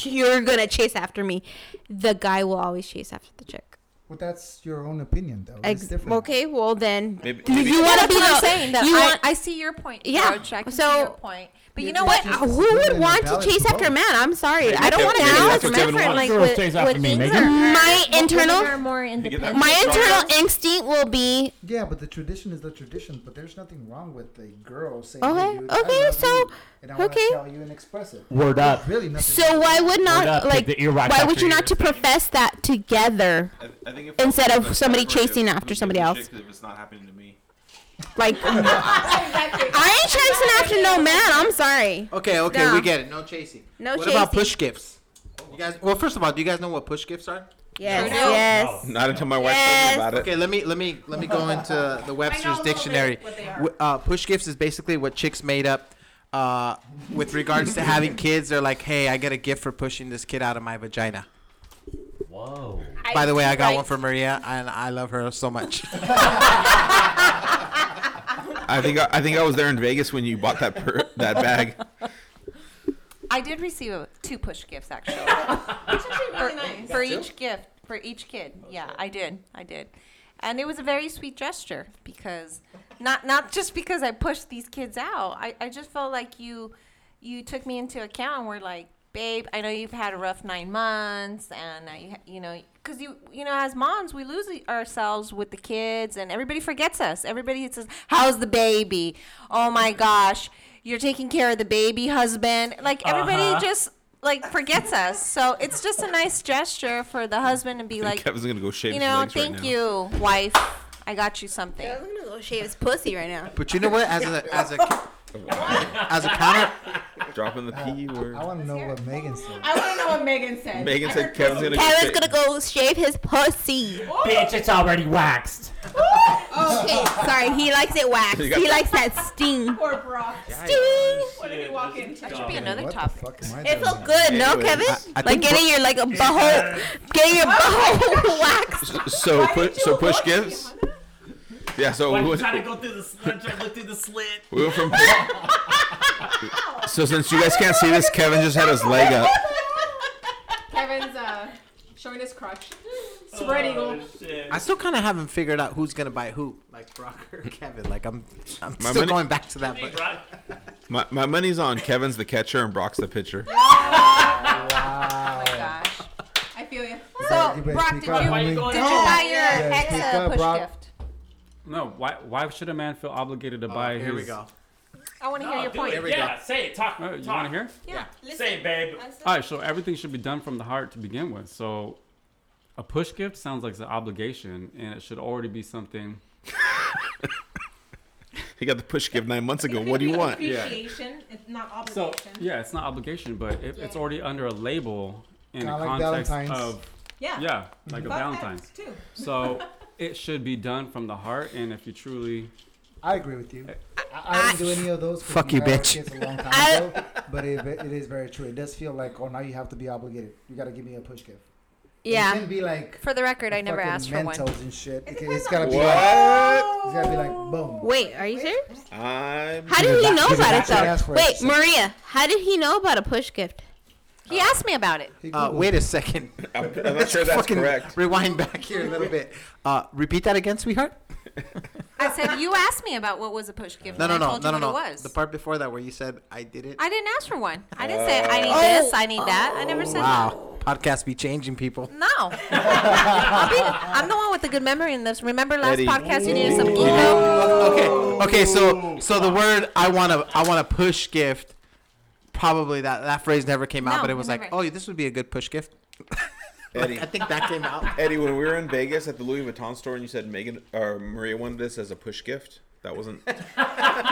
R: you're gonna chase after me. The guy will always chase after the chick.
M: Well, that's your own opinion, though.
R: Ex-
M: it's different.
R: okay, well then,
I: Maybe-
R: do
I: maybe-
R: you want to
C: That's
R: be
C: what
R: the
C: I'm saying. That
R: you
C: I,
R: want-
C: I see your point.
R: Yeah,
C: George, I can see
R: so-
C: your point. But you
M: Yeah,
C: know what?
M: but just-
R: Who would
M: Women
R: want to
M: valid
R: chase
M: vote.
R: after a man? I'm sorry. I
I: Maybe
R: don't want to
I: Kevin- maybe
R: have
I: that's what Kevin
R: different like
I: wants.
G: Girls
R: with,
G: chase after
R: with
G: me,
R: things
G: Megan.
R: are- my
C: Women are
R: internal
C: more independent.
R: my internal instinct will be
M: Yeah, but the tradition is the tradition. But there's nothing wrong with the girl saying,
R: Okay,
M: "Hey, dude, I
R: okay,
M: love
R: so-
M: you, and I
R: okay.
M: want to tell you and express it."
G: Word up.
M: There's really nothing.
R: So why would not
G: up,
R: like
G: take the ear right
R: why
G: back
R: would
G: to
R: you
G: your
R: not to profess that together
I: I think if
R: Instead of somebody chasing after somebody else.
I: if it's not happening to me.
R: Like I ain't chasing after no man. I'm sorry.
B: Okay, okay,
R: No.
B: we get it. No chasing.
R: No
B: what about
R: chasing.
B: push gifts? You guys, well, first of all, do you guys know what push gifts are?
R: Yes.
C: No.
R: Yes.
I: Not until my wife
R: Yes.
I: tells me about it.
B: Okay, let me let me let me go into the Webster's
H: little bit
B: dictionary.
H: what they are.
B: W- Uh, push gifts is basically what chicks made up uh, with regards to having kids. They're like, hey, I get a gift for pushing this kid out of my vagina.
G: Whoa.
B: By the way, I got one for Maria, and I love her so much.
I: I think I, I think I was there in Vegas when you bought that per, that bag.
C: I did receive a- two push gifts actually.
J: It's actually really
C: for,
J: nice.
C: for each gift for each kid. Yeah, I did. I did. And it was a very sweet gesture because not not just because I pushed these kids out. I, I just felt like you you took me into account and were like, "Babe, I know you've had a rough 9 months and uh, you, ha- you know cuz you you know as moms, we lose e, ourselves with the kids and everybody forgets us. Everybody says, "How's the baby?" "Oh my gosh, you're taking care of the baby husband." Like everybody
G: Uh-huh.
C: just like forgets us. So it's just a nice gesture for the husband to be
I: Like,
C: like,
I: Kevin's gonna go shave
C: you
I: his
C: know,
I: legs
C: thank
I: right now.
C: you, wife. I got you something.
R: I'm gonna go shave his pussy right now.
B: But you know what? As a as a as a counter,
I: Dropping the P word.
M: I want to know what Megan said.
J: I want to know what Megan said.
I: Megan
J: I
I: said
J: heard
I: Kevin's
J: pussy.
I: gonna go.
R: Kevin's
I: shave-
R: gonna go shave his pussy.
G: Bitch, it's already waxed.
R: Okay, sorry. He likes it waxed.
I: You got
R: He
I: that?
R: likes that sting.
H: Or broth.
R: Sting.
H: What did he walk in?
C: That should be another
M: Ah,
C: topic.
R: It felt good, no,
I: Anyway,
R: Kevin?
I: I- I
R: like
I: think
R: getting
I: bro-
R: your like a butthole, getting your butthole waxed.
I: So push, so push gifts. Yeah. So
F: Why
I: we
F: you
I: went,
F: trying to go through the slit? Trying to look through the slit.
I: we went from. so since you guys can't see this, Kevin just had his leg up.
J: Kevin's uh, showing his crotch.
K: Oh,
J: Spread eagle.
B: I still kind of haven't figured out who's gonna buy who, like Brock or Kevin. Like I'm, I'm
I: My
B: still
I: money-
B: going back to that. But
I: My, my money's on Kevin's the catcher and Brock's the pitcher.
J: Oh my gosh. I feel you.
C: So,
K: better
C: Brock,
K: speak
C: did you, did you
K: up, homie.
C: buy your
K: Yeah,
C: ex
K: speak
C: a
K: up,
C: push
K: Brock.
C: gift?
K: No, why why should a man feel obligated to buy
B: here we
K: his-
B: go.
C: I want to hear your
F: do
C: point.
F: it. yeah, say it. Talk.
K: Uh, you
F: talk.
K: want to hear?
C: Yeah.
F: Say it, babe.
K: All right, so everything should be done from the heart to begin with. So a push gift sounds like it's an obligation, and it should already be something.
I: He got the push gift nine months ago. What do you want?
H: Appreciation, it's not
K: So
H: obligation.
K: yeah, it's not obligation, but it, it's already under a label in
M: Kinda
K: the
M: like
K: context
M: Valentine's.
K: of
H: Yeah.
K: yeah, like a
H: Fuck
K: Valentine's.
H: X, too.
K: So it should be done from the heart, and if you truly,
M: I agree with you. I, I didn't do any of those. 'cause
K: Fuck
M: we
K: you,
M: had our
K: bitch.
M: kids a long time ago, but it, it is very true. It does feel like, oh, now you have to be obligated. You got to give me a push gift.
C: Yeah.
M: It can be like.
C: For the record, I never
M: fucking
C: asked for one.
M: Mentos and shit. It, has got to
I: on-
M: be. Like, it's got to be like boom.
C: Uh,
R: Wait, are you serious?
I: I'm.
R: How did he know about it
M: ask
R: though?
M: for it,
R: Wait,
M: so-
R: Maria, how did he know about a push gift?
C: He asked me about it.
B: Uh, wait a second.
I: I'm, not sure that's correct.
B: Rewind back here a little bit. Uh, repeat that again, sweetheart.
C: I said you asked me about what was a push gift.
B: No,
C: and
B: no,
C: I
B: no,
C: told
B: no,
C: you
B: no,
C: what
B: no.
C: It was.
B: The part before that where you said I did it.
C: I didn't ask for one. I didn't say I need this. I need that. I never said that.
B: Wow, Ah, podcast be changing people.
C: No, I'll be, I'm the one with the good memory in this. Remember last
B: Eddie.
C: podcast? You needed some ego.
B: Okay, okay. So, so the word I want to, I want to push gift. Probably that that phrase never came out,
C: No,
B: but it was like,
C: never.
B: oh, this would be a good push gift.
I: Eddie.
B: I think that came out.
I: Eddie, when we were in Vegas at the Louis Vuitton store, and you said Megan or Maria wanted this as a push gift, that wasn't. that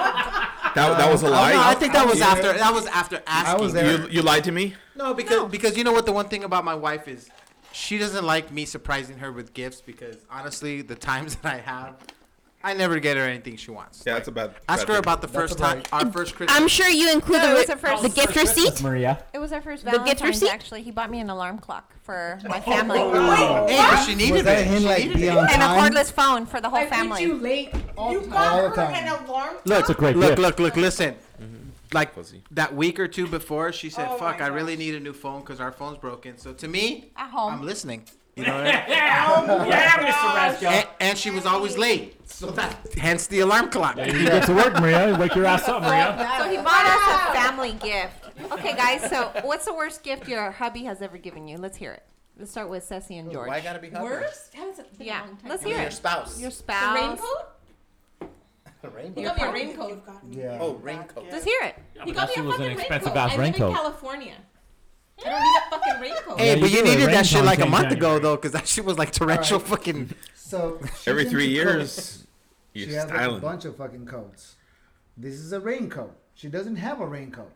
I: that was a
B: Uh,
I: lie.
B: no, I think that was after. That was after asking.
I: You, you lied to me.
B: No, because because you know what the one thing about my wife is, she doesn't like me surprising her with gifts because honestly, the times that I have, I never get her anything she wants.
I: Yeah, that's a bad.
B: Ask
I: bad
B: her
I: thing.
B: about the first time, our first Christmas.
R: I'm sure you include
C: No, it was
R: the,
C: the first-
R: the gift receipt.
F: Maria.
C: It was our first
R: The gift
C: Valentine's.
R: receipt?
C: Actually, he bought me an alarm clock for my
B: Oh,
C: family.
B: Hey, but she needed
M: Was that
B: it.
M: him
B: She
M: like
B: needed
M: be
B: it.
M: on
C: and a
M: time?
C: cordless phone for the whole family.
H: You late. You
M: All the
H: got her
M: time.
H: an alarm.
B: Look,
H: clock?
B: look,
F: gift.
B: look, look, listen. Like that week or two before, she said, "Fuck, I really need a new phone because our phone's broken." So to me,
C: At home.
B: I'm listening. You know what I mean?
F: Yeah, yeah, Mr.
B: and,
F: Rascal.
B: and she was always late, so that hence the alarm clock.
F: You get to work, Maria. Wake your ass up, Maria.
C: So
H: Oh.
C: he bought us a family gift. Okay, guys. So what's the worst gift your hubby has ever given you? Let's hear it. Let's start with Ceci and George.
B: Why gotta be hubby?
H: Worst? That was a been a
C: Yeah,
H: long time.
C: let's
B: You mean
C: hear
B: your
C: it.
B: spouse.
C: Your
H: The
C: spouse.
H: raincoat? He
B: Rainbow.
H: got me a raincoat.
M: Yeah.
B: Oh, raincoat.
C: Let's hear it.
F: but
H: He got
F: that
H: me
F: shit
H: a
F: was an
H: fucking
F: expensive
H: raincoat.
F: ass
H: I live in
F: raincoat.
H: California. I don't need a fucking raincoat.
B: Hey,
F: Yeah,
B: but
F: you
B: you
F: do a
B: needed that shit
F: raincoat
B: like a
F: in
B: month ago
F: January.
B: though, because that shit was like torrential
M: Alright.
B: fucking.
M: So she's
I: Every
M: into
I: three
M: coats.
I: years,
M: She
I: you're
M: has like, a
I: styling.
M: bunch of fucking coats. This is a raincoat. She doesn't have a raincoat.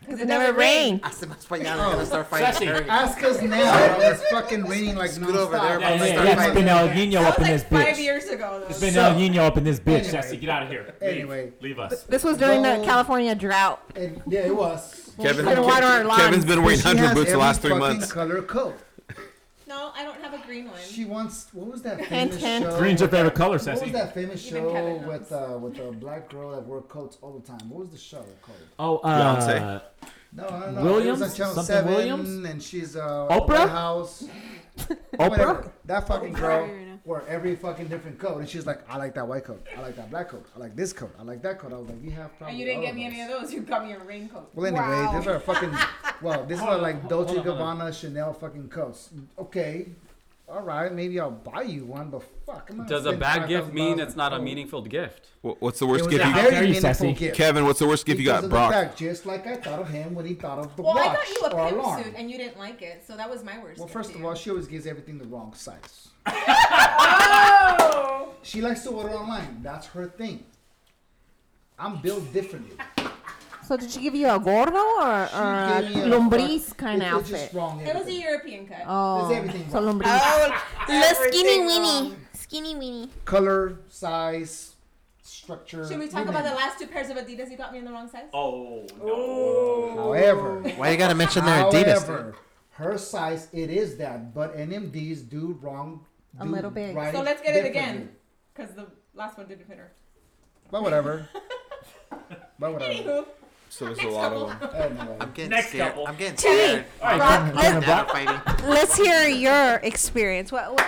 C: Because it never rained.
B: I said, "Mas pañal, I'm gonna start fighting."
F: Sassy.
G: Oh,
B: her."
M: Ask us now. it's fucking raining like nonstop.
B: over there,
F: Yeah,
B: Let's
F: yeah,
B: start
F: yeah, it's
B: fighting.
F: been El Nino
H: That
F: up
H: was
F: in
H: like
F: this
H: five
F: bitch.
H: years ago,
F: It's
H: though.
F: been
M: So-
F: El Nino up in this bitch.
M: Anyway.
F: Jesse, get out of here. Leave.
M: Anyway.
F: Leave us.
C: This was during the
M: No.
C: California drought.
M: And, yeah, it was.
I: Kevin,
C: Been water our lawn.
I: Kevin's been wearing
M: She has
I: hundred boots the
M: every
I: last three
M: fucking
I: months.
M: Color coat.
H: No, I don't have a green one.
M: She wants. What was that
C: Hint,
M: famous
C: hint.
M: show?
F: Green's your favorite color,
M: What was
F: Sassy.
M: that famous
H: Even
M: show
H: Kevin knows.
M: with uh, with a black girl that wore coats all the time? What was the show called?
G: Oh, uh,
I: Beyonce.
M: No, I don't know.
G: Williams?
M: It was on Channel
G: Something
M: 7,
G: Williams?
M: and she's uh,
G: Oprah?
M: White House.
G: Oprah?
M: That fucking girl wore every fucking different coat, and she's like, I like that white coat. I like that black coat. I like this coat. I like that coat. I was like, you have
H: And
M: problems.
H: Oh, you didn't get me any of those. You got me a raincoat.
M: Well, anyway, these are fucking. Well, these are like Dolce Gabbana, Chanel fucking coats. Okay, all right, maybe I'll buy you one, but fuck. I'm not
K: Does a
M: spending
K: bad gift
M: $5,000
K: mean
M: on
K: it's not a
M: coat.
K: meaningful gift?
I: Wh- What's the
M: It
I: worst
M: was
I: gift
M: a
I: you
M: very
K: dare you,
M: meaningful
K: Sassy.
M: gift.
I: Kevin, what's the worst gift you
M: Because
I: got,
M: of
I: Brock?
M: The fact, just like I thought of him when he thought of the
H: Well,
M: watch
H: I got you a
M: or alarm.
H: pimp suit, and you didn't like it, so that was my worst.
M: Well,
H: gift
M: first
H: to
M: of
H: you.
M: all, she always gives everything the wrong size.
H: Oh!
M: She likes to order online. That's her thing. I'm built differently.
C: So did she give you a gordo or,
M: She
C: or
H: Uh,
C: a
M: gave me a
C: lombriz
M: fuck-
C: kind of
M: it- It's
C: outfit?
M: just wrong.
H: It was a
M: everything.
H: European cut.
C: Oh,
M: It's everything
C: so
M: wrong.
C: lombriz.
R: Oh, the
H: Everything um,
R: skinny
H: wrong.
R: weenie. Skinny weenie.
M: Color, size, structure.
J: Should we
M: you
J: talk about
M: name
J: the
M: it.
J: last two pairs of Adidas you got me in the wrong size?
G: Oh no.
M: However,
B: Why you gotta mention their Adidas,
M: However, her size it is that, but NMDs do wrong.
J: A
M: do
J: little big.
M: write
J: So let's get it
M: differently.
J: again, because the last one didn't fit her.
M: But whatever. but whatever.
J: Anywho,
I: So there's
J: Next
I: a lot of
J: couple.
I: them.
M: I'm
B: getting
I: Next
B: scared.
I: couple.
B: I'm getting
C: Timmy,
B: scared.
C: All
I: right, Rob,
B: I'm
C: let's-
B: down fighting.
C: Let's hear your experience. What what,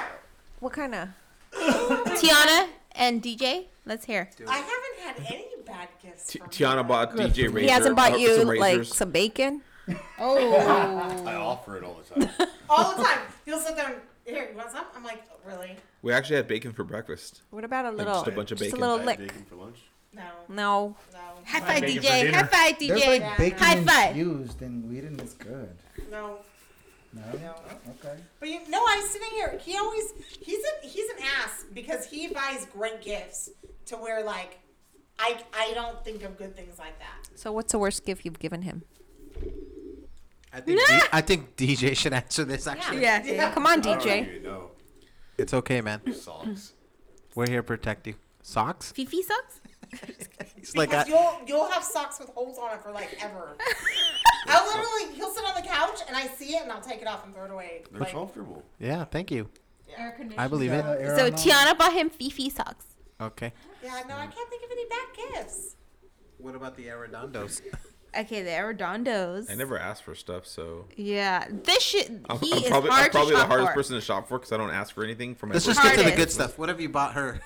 C: what kind of?
R: Tiana and DJ, let's hear.
H: I haven't had any bad gifts.
I: T- Tiana bought DJ Razor.
C: He hasn't bought
I: uh,
C: you
I: some
C: like
I: razors.
C: some bacon.
R: Oh.
P: I offer it all the time.
H: All the time. He'll sit there and, here, you want some? I'm like, really?
I: We actually had bacon for breakfast.
C: What about a
I: Like,
C: little?
I: Just a bunch of bacon.
C: a little lick.
P: for lunch.
H: No.
C: No.
R: High
C: five,
R: five, DJ. High five,
M: There's
R: DJ.
M: like bacon
R: High five.
M: infused and we didn't. It's good.
H: No.
M: No. Okay.
H: But you no, I was sitting here. He always he's a he's an ass because he buys great gifts to where like I I don't think of good things like that.
C: So what's the worst gift you've given him?
B: I think, D- I think DJ should answer this. Actually,
C: Yeah. Come on,
P: I don't
C: DJ.
P: even know.
B: it's okay, man.
P: Socks.
B: We're here to protect you. Socks?
R: Fifi socks?
B: It's like
H: because
B: I,
H: you'll you'll have socks with holes on it for like ever. I literally he'll sit on the couch and I see it and I'll take it off and throw it away.
P: They're
H: Like,
P: comfortable.
B: yeah. Thank you.
J: Air
B: I believe it.
R: So Tiana bought him Fifi socks.
B: Okay.
H: yeah, no, I can't think of any bad gifts.
B: What about the Arredondos?
R: Okay, the Arredondos.
I: I never asked for stuff, so.
R: Yeah, this shit.
I: I'm,
R: he
I: I'm
R: is
I: probably,
R: hard
I: I'm probably
R: to
I: the
R: shop
I: hardest
R: for.
I: person to shop for because I don't ask for anyththing for my
B: Let's just
I: birthday.
B: get to the good
R: Hardest.
B: stuff. Whatever you bought her.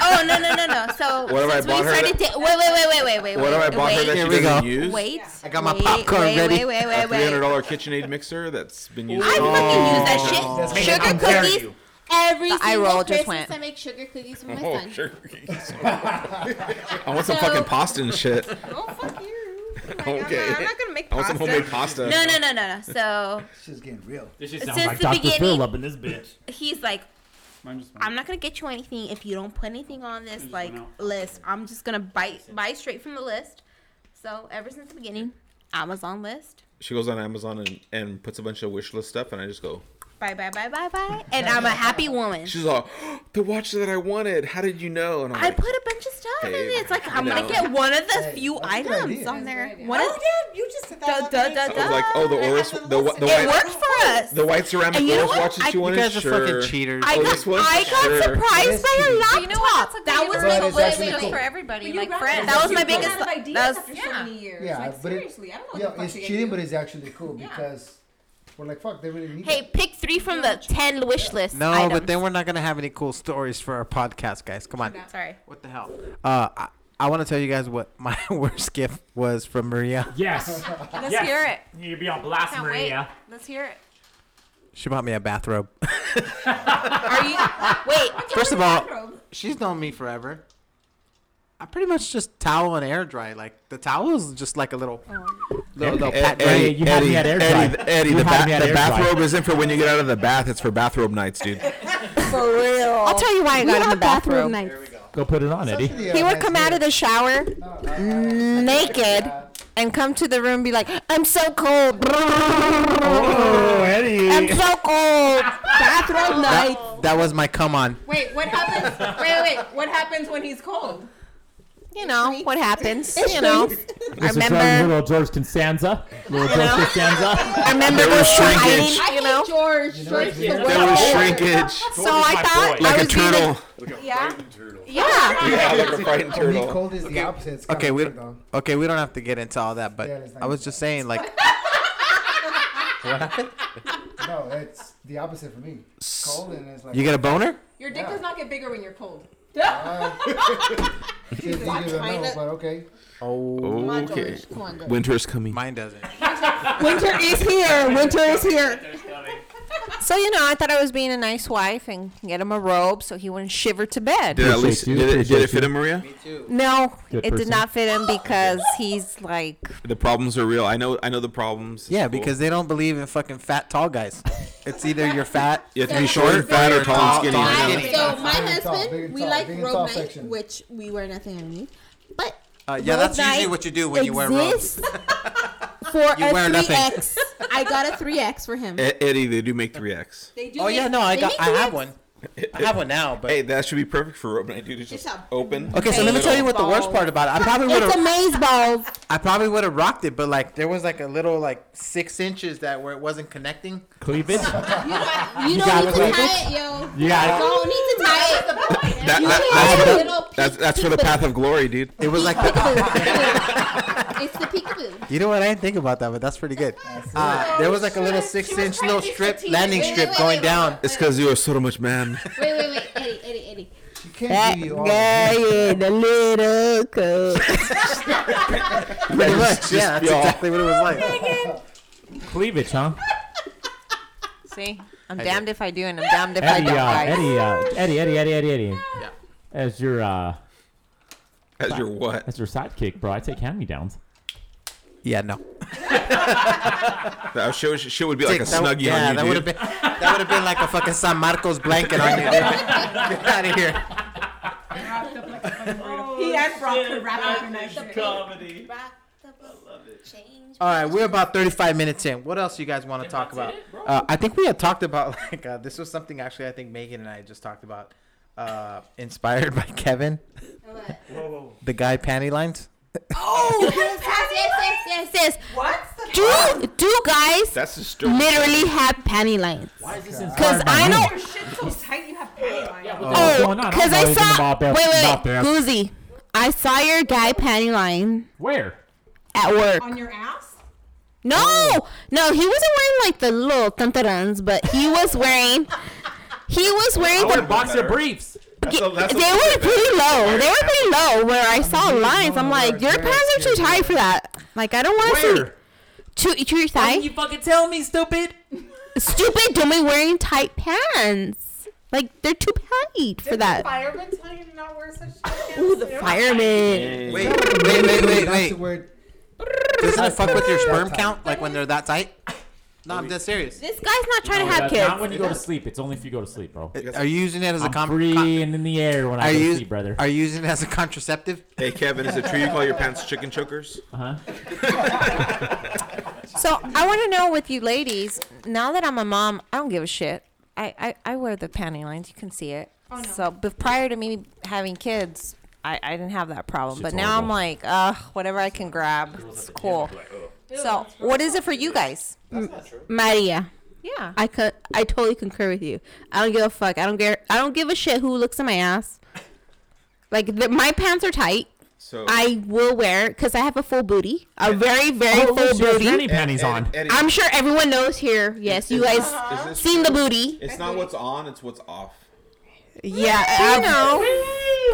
R: Oh no no no no! So
I: What have I
R: since we
I: bought her
R: started, da- wait wait wait wait wait wait.
I: What have I
R: wait,
I: bought her that
R: wait,
I: she
B: we
I: doesn't
B: go.
I: use?
R: Wait.
B: I got my
R: wait,
B: popcorn
R: wait,
B: ready.
R: Wait wait
I: A
R: wait wait.
I: $300 KitchenAid mixer that's been used.
R: I fucking use that shit. Sugar cookies every
C: The eye
R: single
C: roll just
R: Christmas.
C: went.
R: I make sugar cookies with my
I: Oh,
R: son.
I: sugar cookies. I want some fucking pasta and shit.
R: Oh fuck you! Like,
I: Okay.
R: I'm, not, I'm not gonna make
I: I
R: pasta.
I: want some homemade pasta.
R: No no no no no. So
M: She's getting real.
G: This
R: shit
G: just
R: sounds
G: sounds
R: Since
G: like
R: like the Dr.
G: Dr.
R: Phil beginning-
G: Phil
R: up
G: up in this bitch.
R: he's like,
K: Mine just went-
R: I'm not gonna get you anything if you don't put anything on this
K: Just
R: like
K: went out.
R: list. I'm just gonna buy buy straight from the list. So ever since the beginning, Amazon list.
I: She goes on Amazon and, and puts a bunch of wish list stuff, and I just go.
R: Bye bye bye bye bye. And I'm a happy woman.
I: She's all, the watch that I wanted. How did you know? And I'm
R: I
I: like,
R: put a bunch of stuff in
I: Hey,
R: it. It's like
I: you
R: I'm
I: know.
R: gonna get one of the
M: Hey,
R: few
M: that's a good
R: items
M: idea.
R: on there.
J: idea.
R: One
H: Oh
R: of
H: yeah, you just said
R: da da
H: that.
R: da
I: I was
R: da.
I: like, oh, the Oris, the, wa- the
R: it
I: white,
R: worked for us.
I: the white ceramic
R: And you know
I: Oris
R: what?
I: watch that
R: I-
I: you wanted.
B: you guys are
I: sure.
B: fucking cheaters.
R: I
I: Oh,
R: got,
I: this one?
R: I got
I: Sure.
M: Yes,
R: surprised by
M: you
R: her
M: did.
R: laptop.
J: You know what? That's a
R: that
J: good
R: was my
J: idea.
M: That is
R: list
M: actually
J: Just
M: cool.
J: for everybody,
R: But
J: like
R: you rather
J: friends.
R: That was my
J: You run
R: biggest-
J: out of ideas
R: that was-
J: after
R: yeah.
J: so many years.
M: Yeah,
J: like,
M: but it-
J: seriously, I don't know.
M: Yeah,
J: what the fuck
M: it's
J: to get
M: cheating,
J: you.
M: but it's actually cool
J: Yeah.
M: because we're like, fuck, they really need
R: Hey,
M: it.
R: pick three from the ten wish list.
B: No,
R: items.
B: but then we're not gonna have any cool stories for our podcast, guys. Come on.
R: sorry.
B: What the hell? Uh, I, I want to tell you guys what my worst gift was from Maria.
G: Yes.
C: Let's
G: Yes.
C: hear it.
G: You'd be on blast,
C: Can't wait.
G: Maria.
C: Let's hear it.
B: She bought me a bathrobe.
R: Are you? Wait.
B: First of all, she's known me forever. I pretty much just towel and air dry. Like the towel is just like a little,
R: Oh.
B: little, little
I: Ed-
B: pat dry.
G: Hey,
I: E-, Eddie,
G: you had
I: Eddie,
G: me at air
I: Eddie,
G: dry.
I: Eddie,
G: You
I: the,
G: had
I: ba-
G: me at
I: the
G: air dry.
I: bathrobe isn't for when you get out of the bath. It's for bathrobe nights, dude.
C: For real.
O: I'll tell you why I
C: We
O: got in the
C: have
O: bathroom.
C: bathroom
O: nights.
G: Go put it on, Eddie.
M: Yeah,
O: He would
M: that's
O: come out
M: good.
O: of the shower
C: naked and come to the room and be like, I'm so cold.
G: Oh,
C: I'm
G: Eddie.
C: so cold. Bathroom night.
B: That was my come on.
J: Wait, what happens? wait, wait, wait. What happens when he's cold?
C: You know what happens. You know. I remember.
G: little George Costanza. Little George Costanza.
C: I remember
I: There
C: going
I: was shrinkage.
C: hiding.
J: I
C: You
J: hate
C: know.
J: George. George is the
I: There was
J: worst.
I: shrinkage,
C: So I thought I
I: like a
C: was being
I: turtle.
P: Like a
J: Yeah.
P: frightened turtle.
C: Yeah.
I: Yeah, like a frightened
M: For me,
I: turtle.
M: cold is the opposite. It's
B: Okay,
M: kinda
B: we
M: weird,
B: don't,
M: though.
B: okay we don't have to get into all that, but
M: Yeah, that's not
B: I was
M: even
B: just saying like
M: No, it's the opposite for me. Cold and it's like.
B: you get a boner.
J: Your dick does not get bigger when you're cold.
M: Uh, it's easy to know, but okay.
I: Okay, winter's coming.
B: Mine doesn't.
C: Winter is here. Winter is here. So you know, I thought I was being a nice wife and get him a robe so he wouldn't shiver to bed.
I: Did it at least
G: you,
I: did it, did
G: appreciate
I: it fit him, Maria?
C: No,
G: Good
C: it did
G: person.
C: not fit him because he's like
I: The problems are real. I know. I know the problems. It's
B: Yeah,
I: cool.
B: because they don't believe in fucking fat tall guys. It's either you're fat.
I: you have to be short and fat or tall and skinny.
B: tall,
I: you know?
B: skinny.
R: So my
M: Big and tall, big
R: husband,
M: and
R: we
M: tall,
R: like
M: big and tall
R: robe night,
M: section.
R: which we wear nothing underneath. But
B: Uh, yeah, that's usually what you do when you wear robes.
R: exists For
B: You
R: a
B: wear nothing.
R: 3X, I got a 3X for him.
I: E- Eddie, they do make 3x.
J: They do.
B: Oh
J: make-
B: yeah, no, I
R: They
B: got
R: make
B: I
R: you
B: have
R: ex-
B: one. I have one now, but
I: hey, that should be perfect for open. Dude, it's just
B: It's a
I: open.
B: Okay, so let me tell you what the worst part about it. I probably would
C: It's a
B: have.
C: maze balls.
B: I probably would have rocked it, but like there was like a little like six inches that where it wasn't connecting.
G: Cleavage.
S: You
B: You
S: don't
B: got
S: need to
B: cleavage?
S: tie it, yo.
B: You got it.
S: don't need to tie it.
I: That,
S: You
I: that-
S: only
I: that's,
S: have
I: for
S: a
I: the,
S: little
I: that's, that's for the path of glory, dude.
B: It was like
S: It's the peekaboo.
B: You know what? I didn't think about that, but that's pretty good. Uh, there was like a little six-inch little strip, landing
S: Wait, wait,
B: strip
S: wait,
B: going
S: wait,
B: down.
I: It's because you are so much man.
S: Wait, wait, wait, Eddie, Eddie, Eddie. You
C: That guy in the little coat.
B: Pretty much, yeah. That's
G: y'all.
B: exactly what it was like.
G: Cleavage, huh?
T: See,
G: I
T: I'm
G: did.
T: damned if I do, and I'm damned if I
G: Eddie,
T: don't.
G: uh,
T: guys.
G: Eddie, uh, Eddie, Eddie, Eddie, Eddie, Eddie. Yeah. As your uh.
I: As your what?
G: As your sidekick, bro. I take hand me downs.
B: Yeah, no.
I: That shit, shit would be like a
B: Dick, that w-
I: snuggie
B: yeah,
I: on you,
B: that
I: dude.
B: would've been that would have been like a fucking San Marcos blanket on you. dude. Get out of here.
J: He had brought
U: shit,
J: the wrap up in that
U: that
J: shit.
U: is comedy.
B: All right, we're about 35 minutes in. What else you guys want to talk about? Uh, I think we had talked about like uh, this was something actually I think Megan and I just talked about, uh, inspired by Kevin, the guy panty lines.
S: Oh, yes, yes, yes, yes, yes.
H: What's the
C: do do guys
I: That's a story.
C: literally have panty lines?
J: Why is this
C: Because I know.
J: Your shit's so tight you have panty lines.
C: Oh, because I saw. Wait, wait, wait,
J: Who's
C: Goozy, I saw your guy panty line
G: Where?
C: at work.
J: On your ass?
C: No, no, he wasn't wearing like the little tantarans, but he was wearing. He was wearing the
G: boxer briefs.
C: They were pretty low. They were pretty low where I saw lines. I'm like, your pants are too tight for that. Like, I don't want to see. To, to your thigh?
V: you fucking tell me, stupid?
C: Stupid dummy wearing tight pants. Like, they're too tight for
H: Did
C: that.
H: The fireman tell you to not wear such shit?
C: Ooh, the
B: Wait,
C: fireman.
B: wait, wait, wait,
M: That's the
B: wait.
M: word.
B: Doesn't it fuck with your sperm count like when they're that tight? No, I'm dead serious.
C: This guy's not trying to
V: No,
C: have
V: that's
C: kids.
V: Not when you go to sleep. It's only if you go to sleep, bro.
B: Are you using it as a
V: I'm
B: com-
V: free and in the air when I
B: Are
V: go
B: you-
V: to sleep, brother.
B: Are you using it as a contraceptive?
I: Hey, Kevin, is it true you call your pants chicken chokers?
V: Uh
T: So I want to know with you ladies. Now that I'm a mom, I don't give a shit. I I, I wear the panty lines. You can see it.
S: Oh, no.
T: So, but prior to me having kids, I, I didn't have that problem.
S: Shit's
T: but now I'm
S: horrible.
T: like, uh, whatever I can grab, it's cool. So, what is it for you guys?
C: Maria.
T: Yeah.
C: I could. I totally concur with you. I don't give a fuck. I don't care. I don't give a shit who looks at my ass. Like the, my pants are tight.
I: So
C: I will wear because I have a full booty, a very very
I: Oh,
C: full
I: she has
C: booty.
I: granny panties Ed- Ed- on. Eddie.
C: I'm sure everyone knows here. Yes, you guys
I: Is this
C: seen the
I: true?
C: booty.
I: It's not what's on; it's what's off.
C: Yeah,
T: You
C: I've-
T: know.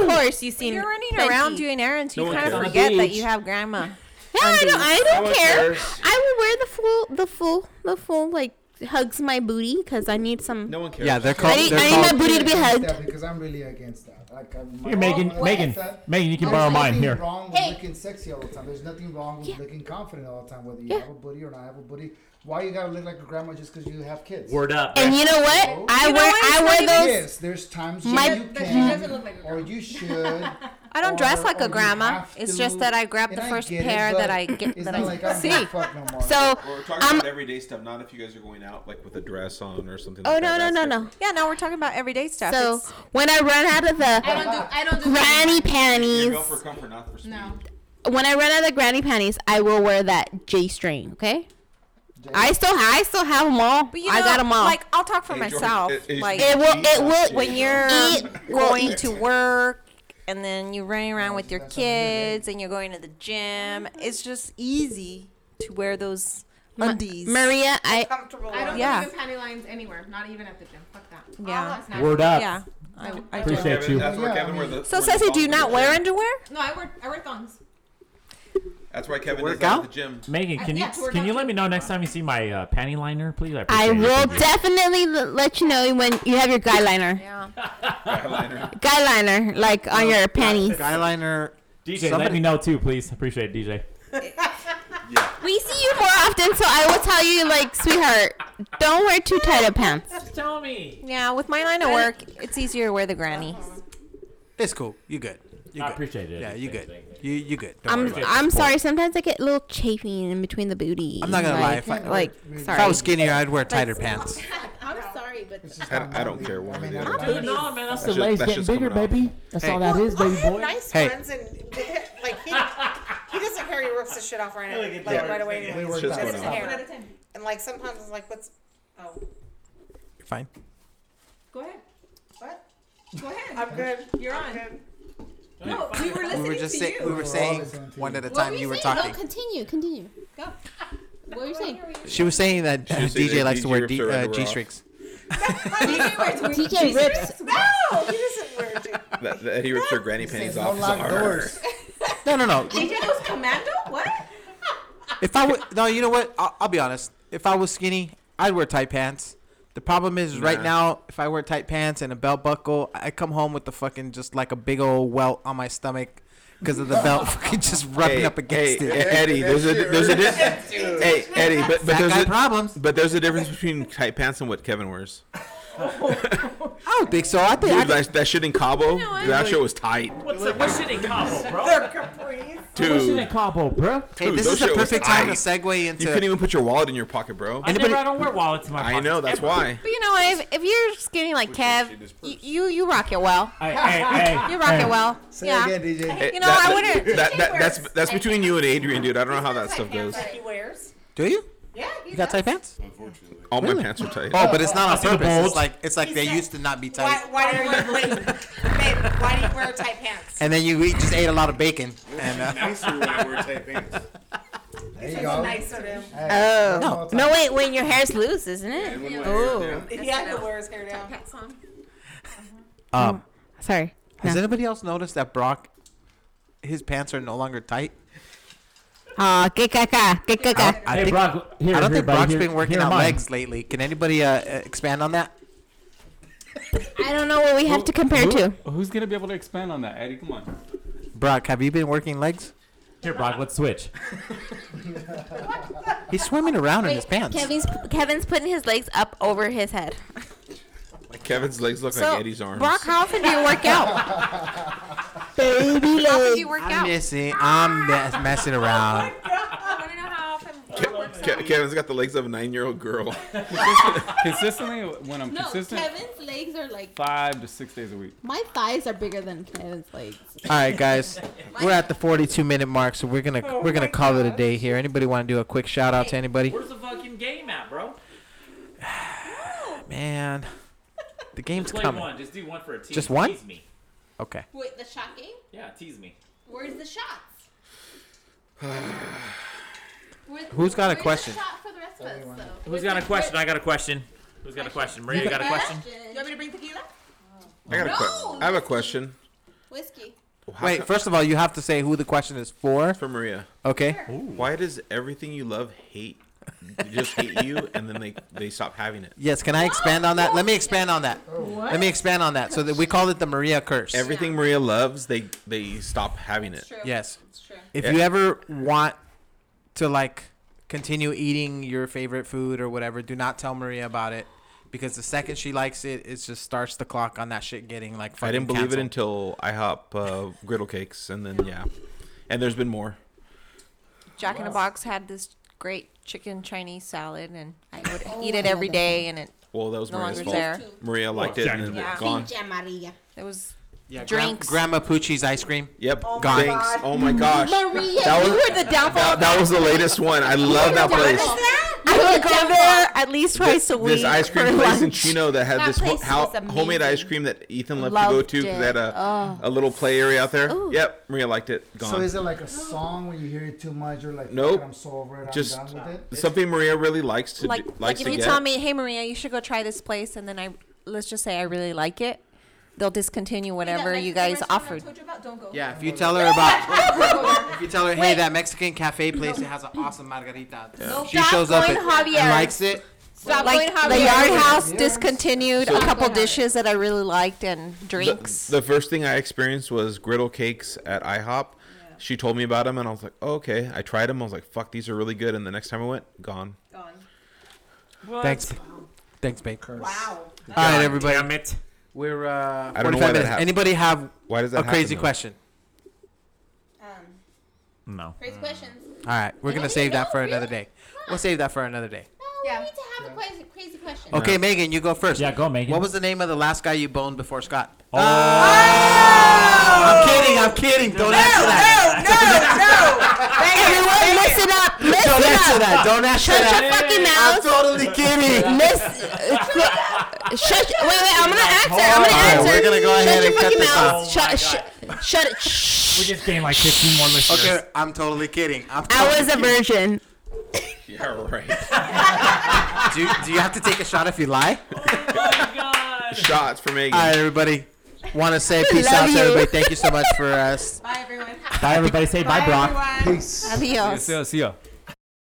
C: Of course, you seen.
T: You're running
C: plenty.
T: around doing errands. You
C: No one
T: kind of
C: cares. On the
T: forget that
C: beach.
T: you have grandma.
C: Yeah, I don't. I don't
T: No one
C: care.
T: cares.
C: I will wear the full, the full, the full like hugs my booty because I need some.
I: No one
C: cares.
B: Yeah, they're
C: I
B: called.
C: need,
B: They're
C: I need
B: called
C: my booty to be
M: Against
C: hugged.
M: that Because I'm really against that. Like, I'm,
G: Here, Megan,
M: I'm
G: Megan,
M: against that.
G: Megan, you can
M: There's
G: borrow mine
M: nothing
G: here.
M: Wrong with looking sexy all the time. There's nothing wrong with looking confident all the time, whether you have a booty or not have a booty. Why you gotta look like a grandma just because you have kids?
V: Word up.
C: And you know what? I
M: You know
C: wear
M: what?
C: I
M: It's
C: wear
M: not
C: those.
M: even- Yes, there's times
C: my,
M: you But she can- doesn't look like Or you should.
T: I don't dress
M: Or-
T: like
M: or
T: a
M: you
T: grandma.
M: have
T: It's
M: to.
T: just that I grab the
M: And I
T: first
M: get it,
T: pair
M: but
T: that I get
M: it's
T: that
M: not
T: I
M: like I'm
T: see.
M: gonna fuck no more.
C: So
I: We're talking
C: I'm
I: about everyday stuff, not if you guys are going out like with a dress on or something.
C: Oh
I: like
C: no
I: that.
C: no
I: That's
C: no no.
T: Yeah, now we're talking about everyday stuff.
C: So when I run out of the
T: I don't do- I don't do
C: granny
I: different. You're
C: panties,
I: built for comfort, not for speed.
C: when I run out of the granny panties, I will wear that J string. Okay. I still I still have them all.
T: But you
C: I
T: know,
C: got them all.
T: Like I'll talk for
C: Hey, Jordan,
T: myself.
C: it- it-
T: like
C: It will- it will-
T: when you're
C: It will
T: going
C: eat.
T: to work and then you're running around with your kids and you're going to the gym. It's just easy to wear those undies.
C: Maria, I
U: I don't
T: Yeah.
U: do the panty lines anywhere. Not even at the gym. Fuck that. All
T: Yeah.
U: that's natural.
T: Word up. Yeah. I- I
G: Appreciate
I: Kevin,
G: you.
I: That's where Kevin wear the.
T: So
I: where the
T: Ceci, do you
I: thongs
T: not
I: are.
T: wear underwear?
U: No, I wear I wear thongs.
I: That's why Kevin
G: Work
I: work out
G: out?
I: at the gym.
G: Megan, can you
U: Yeah, we're
G: can
U: not
G: you let me know next time you see my uh, panty liner, please? I,
C: I
G: appreciate it.
C: will definitely l- let you know when you have your guy liner.
T: Yeah.
C: Guy liner, like on your panties.
B: Guy liner.
G: DJ, let
B: Somebody-
G: me know too, please. Appreciate it, DJ.
C: We see you more often, so I will tell you, like, sweetheart, don't wear too tight of pants.
V: Just tell me.
T: Yeah, with my line of work, it's easier to wear the grannies.
B: It's cool. You good? You
G: I
B: good.
G: appreciate it.
B: Yeah, you good. You you good. Don't worry
C: I'm
B: about it.
C: I'm sorry. Sometimes I get a little chafing in between the booty.
B: I'm not gonna lie.
C: like,
B: If I,
C: like
B: if
C: sorry.
B: I was skinnier, I'd wear tighter pants.
S: I'm sorry, but
I: I don't, I don't care one way or the other.
G: Dude, no, man, that's
I: That
G: the
I: shit-
G: legs
I: that
G: getting
I: shit's
G: bigger,
I: coming off.
G: baby. That's all that is, baby boy.
H: Nice
I: Hey.
H: ones and like he, he doesn't care. He rips the shit off right,
G: Really good
H: like,
G: dogs.
H: right away.
G: Yeah,
H: anyways.
I: we worked
H: He
I: out.
H: doesn't
I: One
H: care.
I: out
H: And like sometimes it's like, what's? Oh,
B: You're fine.
J: Go ahead.
H: What?
J: Go ahead.
H: I'm good.
J: You're on. No, we were listening
B: We were just
J: to
B: say,
J: you.
B: we were saying one at a time. You were talking.
O: continue, continue. Go. What were you saying?
B: She was saying that
I: She was saying
B: DJ
I: that
B: likes to
I: DJ
B: wear
I: rips
B: D,
I: her
B: uh,
I: underwear off.
B: G strings.
O: TK rips.
H: No, he doesn't wear it.
I: That, that he rips her granny panties
H: no
I: off.
H: locked
I: Arr.
H: doors.
B: No, no, no.
J: DJ was commando? What?
B: If I would, no, you know what? I'll, I'll be honest. If I was skinny, I'd wear tight pants. The problem is right
I: Nah.
B: now, if I wear tight pants and a belt buckle, I come home with the fucking just like a big old welt on my stomach because of the belt fucking just rubbing
I: Hey,
B: up against
I: hey,
B: it.
I: Eddie, there's a there's a difference.
B: Dude.
I: hey, Eddie, but, but
B: Fat
I: there's
B: guy
I: a,
B: problems.
I: But there's a difference between tight pants and what Kevin wears.
B: I don't think so. I
I: Dude,
B: think I,
I: that, that shit in Cabo,
B: I-
I: that shit was tight.
G: What's the what's shit in Cabo, bro?
I: Dude.
G: What's shit in Cabo, bro?
B: Hey, this
I: those
B: is the
I: shit was
B: perfect time to
I: tight.
B: segue
I: You
B: into-
I: couldn't even put your wallet in your pocket, bro.
G: I never- I don't wear wallets in my
I: I know, that's why.
C: But you know, what, if, if you're skinny like Kev, you, you you rock it well.
G: Hey, hey, hey,
C: you rock
G: hey.
C: it well.
G: Say it
C: yeah.
G: again, DJ.
I: Eh,
C: You know,
I: that-
C: I
I: that-
C: wouldn't.
I: That, that, that's that's between you and Adrian, dude. I don't know how that stuff goes.
H: He wears.
B: do you?
H: Yeah, he
B: You got tight pants?
I: All my
B: Really?
I: pants are tight.
B: Oh, but it's not on
I: See the
B: purpose.
I: bulge?
B: It's like it's like they used to not be
H: Why,
B: tight,
H: why are you wait, babe? Why do you wear tight pants?
B: and then you eat- just ate a lot of bacon. And uh,
P: Nicer when I wear tight pants.
H: There you
P: go.
H: Nice of him.
R: Oh no! Wait, when your hair's loose, isn't it?
H: Yeah,
R: Oh.
H: he had to wear his hair down.
B: uh, um,
R: sorry.
B: Has anybody else noticed that Brock, his pants are no longer tight?
R: Ah, que caca, que caca.
B: I
R: Hey,
B: think,
R: Brock, here,
B: I don't
R: here,
B: think
R: buddy,
B: Brock's
R: here-
B: been working
R: here are
B: out
R: mine.
B: legs lately. Can anybody uh, expand on that?
R: I don't know what we have to compare
K: who,
R: to.
B: Oh,
K: Who's gonna be able to expand on that, Eddie? Come on.
B: Brock, have you been working legs?
G: Here, Brock, let's switch.
B: He's swimming around in his pants.
R: Kevin's Kevin's putting his legs up over his head.
I: Kevin's legs look
R: So,
I: like Eddie's arms.
R: Brock, how often do you work out?
B: Baby
R: How often do you work
B: I'm
R: out?
B: missing. I'm mess- messing around.
I: Ke- Kevin's got the legs of a nine-year-old girl.
K: Consistently, when I'm
J: Oh,
O: No,
K: consistent,
O: Kevin's legs are like
K: five to six days a week.
O: my thighs are bigger than Kevin's legs.
B: All right, guys, we're at the 42 minute mark, so we're gonna we're gonna call it a day here. Anybody want to do a quick shout out to anybody?
G: Where's the fucking game at, bro?
B: Man, the game's
G: Play
B: coming.
G: one. Just do one for a tease.
B: Just one?
G: Tease me.
B: Okay.
O: Wait, the shot game?
G: Yeah, tease me.
O: Where's the shots? Where-
B: Who's got a
O: where's the
B: question?
O: shot for the rest of us, though?
G: Who's got a question? I got a question. Who's got a question? Maria, you got a question?
O: Do
J: you want me to bring tequila?
I: I got a que- I have a question.
O: Whiskey.
B: Wait, first of all, you have to say who the question is for.
I: For Maria.
B: Okay.
I: Why does everything you love hate? They just hate you, and then they they stop having it.
B: Yes, can I expand on that? Let me expand on that.
I: What?
B: Let me expand on that. So that we call it the Maria curse.
I: Everything Maria loves, they they stop having it.
B: Yes.
I: true.
B: If
I: Yeah.
B: you ever want to like continue eating your favorite food or whatever, do not tell Maria about it because the second she likes it, it just starts the clock on that shit getting like fucking
I: I didn't believe it
B: canceled.
I: until IHOP uh, griddle cakes, and then yeah, and there's been more.
C: Jack in the Box had this great chicken Chinese salad, and I would
O: Oh
C: eat it every day, and it
I: Well, that was
C: no
I: Maria's
C: longer
I: fault.
C: there.
I: Maria liked it, and then
C: Yeah.
I: gone.
C: It was
B: Yeah, gra-
C: drinks.
B: Grandma Poochie's ice cream.
I: Yep.
B: Oh my
I: Gone.
B: God.
I: Oh my gosh.
C: Maria,
I: that
C: you
I: was
C: were the downfall.
I: that, that was the latest one. I love that place.
C: I would go there at least twice a week.
I: This ice cream
C: for
I: place in
C: lunch.
I: Chino that had
C: That
I: this ho-
C: place
I: how,
C: was amazing.
I: homemade ice cream that Ethan loved to go
C: Loved
I: to
C: it.
I: because they had a,
C: Oh.
I: a little play area out there. Yep, Maria liked it. Gone.
M: So is it like a song when you hear it too much? You're like,
I: Nope.
M: "Fuck it, I'm so over it.
I: Just
M: I'm done with it.
I: something Maria really likes to
C: like
I: do,
C: like
I: likes
C: if
I: to
C: you
I: get.
C: tell me, hey Maria, you should go try this place, and then I let's just say I really like it, they'll discontinue whatever you guys offered.
B: Yeah, if you tell her about if you tell her, hey, that Mexican cafe place it has an awesome margarita.
C: No.
B: She shows up
C: Stop
B: and, and
C: going Javier's.
B: likes it.
R: Stop
C: like
R: going
C: the
R: Javier's.
C: Yard House
R: Javier's.
C: discontinued a
R: Stop
C: couple
R: going
C: dishes that I really liked and drinks.
I: The first thing I experienced was griddle cakes at IHOP. She told me about them, and I was like, oh, okay. I tried them. I was like, fuck, these are really good. And the next time I went, gone.
B: Thanks. Thanks, babe. Wow. All
I: God
B: right, everybody.
G: damn it.
B: We're uh,
I: I don't know
B: 45
I: why that
B: minutes.
I: happened.
B: Anybody have
I: Why does that
B: a crazy
I: happen, though?
B: question?
G: No.
O: Crazy questions.
J: Um,
B: All right, we're gonna
K: Mm.
O: Anybody
B: save that
O: know?
J: Oh,
B: for another day. We'll save that for another day.
C: yeah. need to have the crazy, crazy question.
B: Okay, Megan, you go first. Yeah,
W: go, Megan.
B: What was the name of the last guy you boned before Scott?
W: Oh.
G: Ah!
B: I'm kidding. I'm kidding. Don't answer that.
H: Everyone, listen up. Listen
B: Don't answer
H: up.
B: that. Don't answer
H: Shut
B: that.
H: your fucking mouth.
B: I'm totally kidding.
H: Listen. Shut. Wait, wait. I'm gonna answer. I'm gonna
B: All right,
H: answer.
B: we're gonna go ahead
H: Shut
B: and
H: your
B: cut
H: fucking
B: this
H: mouth.
B: off.
H: shut. Shut. Shut it. Shh.
B: We just gained like 15 more listeners. Okay, I'm totally kidding. I'm
H: I
B: totally
H: was a virgin.
B: kidding. Yeah, right. do, you- do you have to take a shot if you lie?
G: Oh
I: Shots for Megan.
B: All right, everybody. Want to say peace
I: Love
B: out to
I: you.
B: everybody. Thank you so much for us.
C: Bye, everyone.
B: Bye, everybody.
C: Say bye, Bye, Brock.
B: Peace.
C: Adios.
G: See ya. See ya.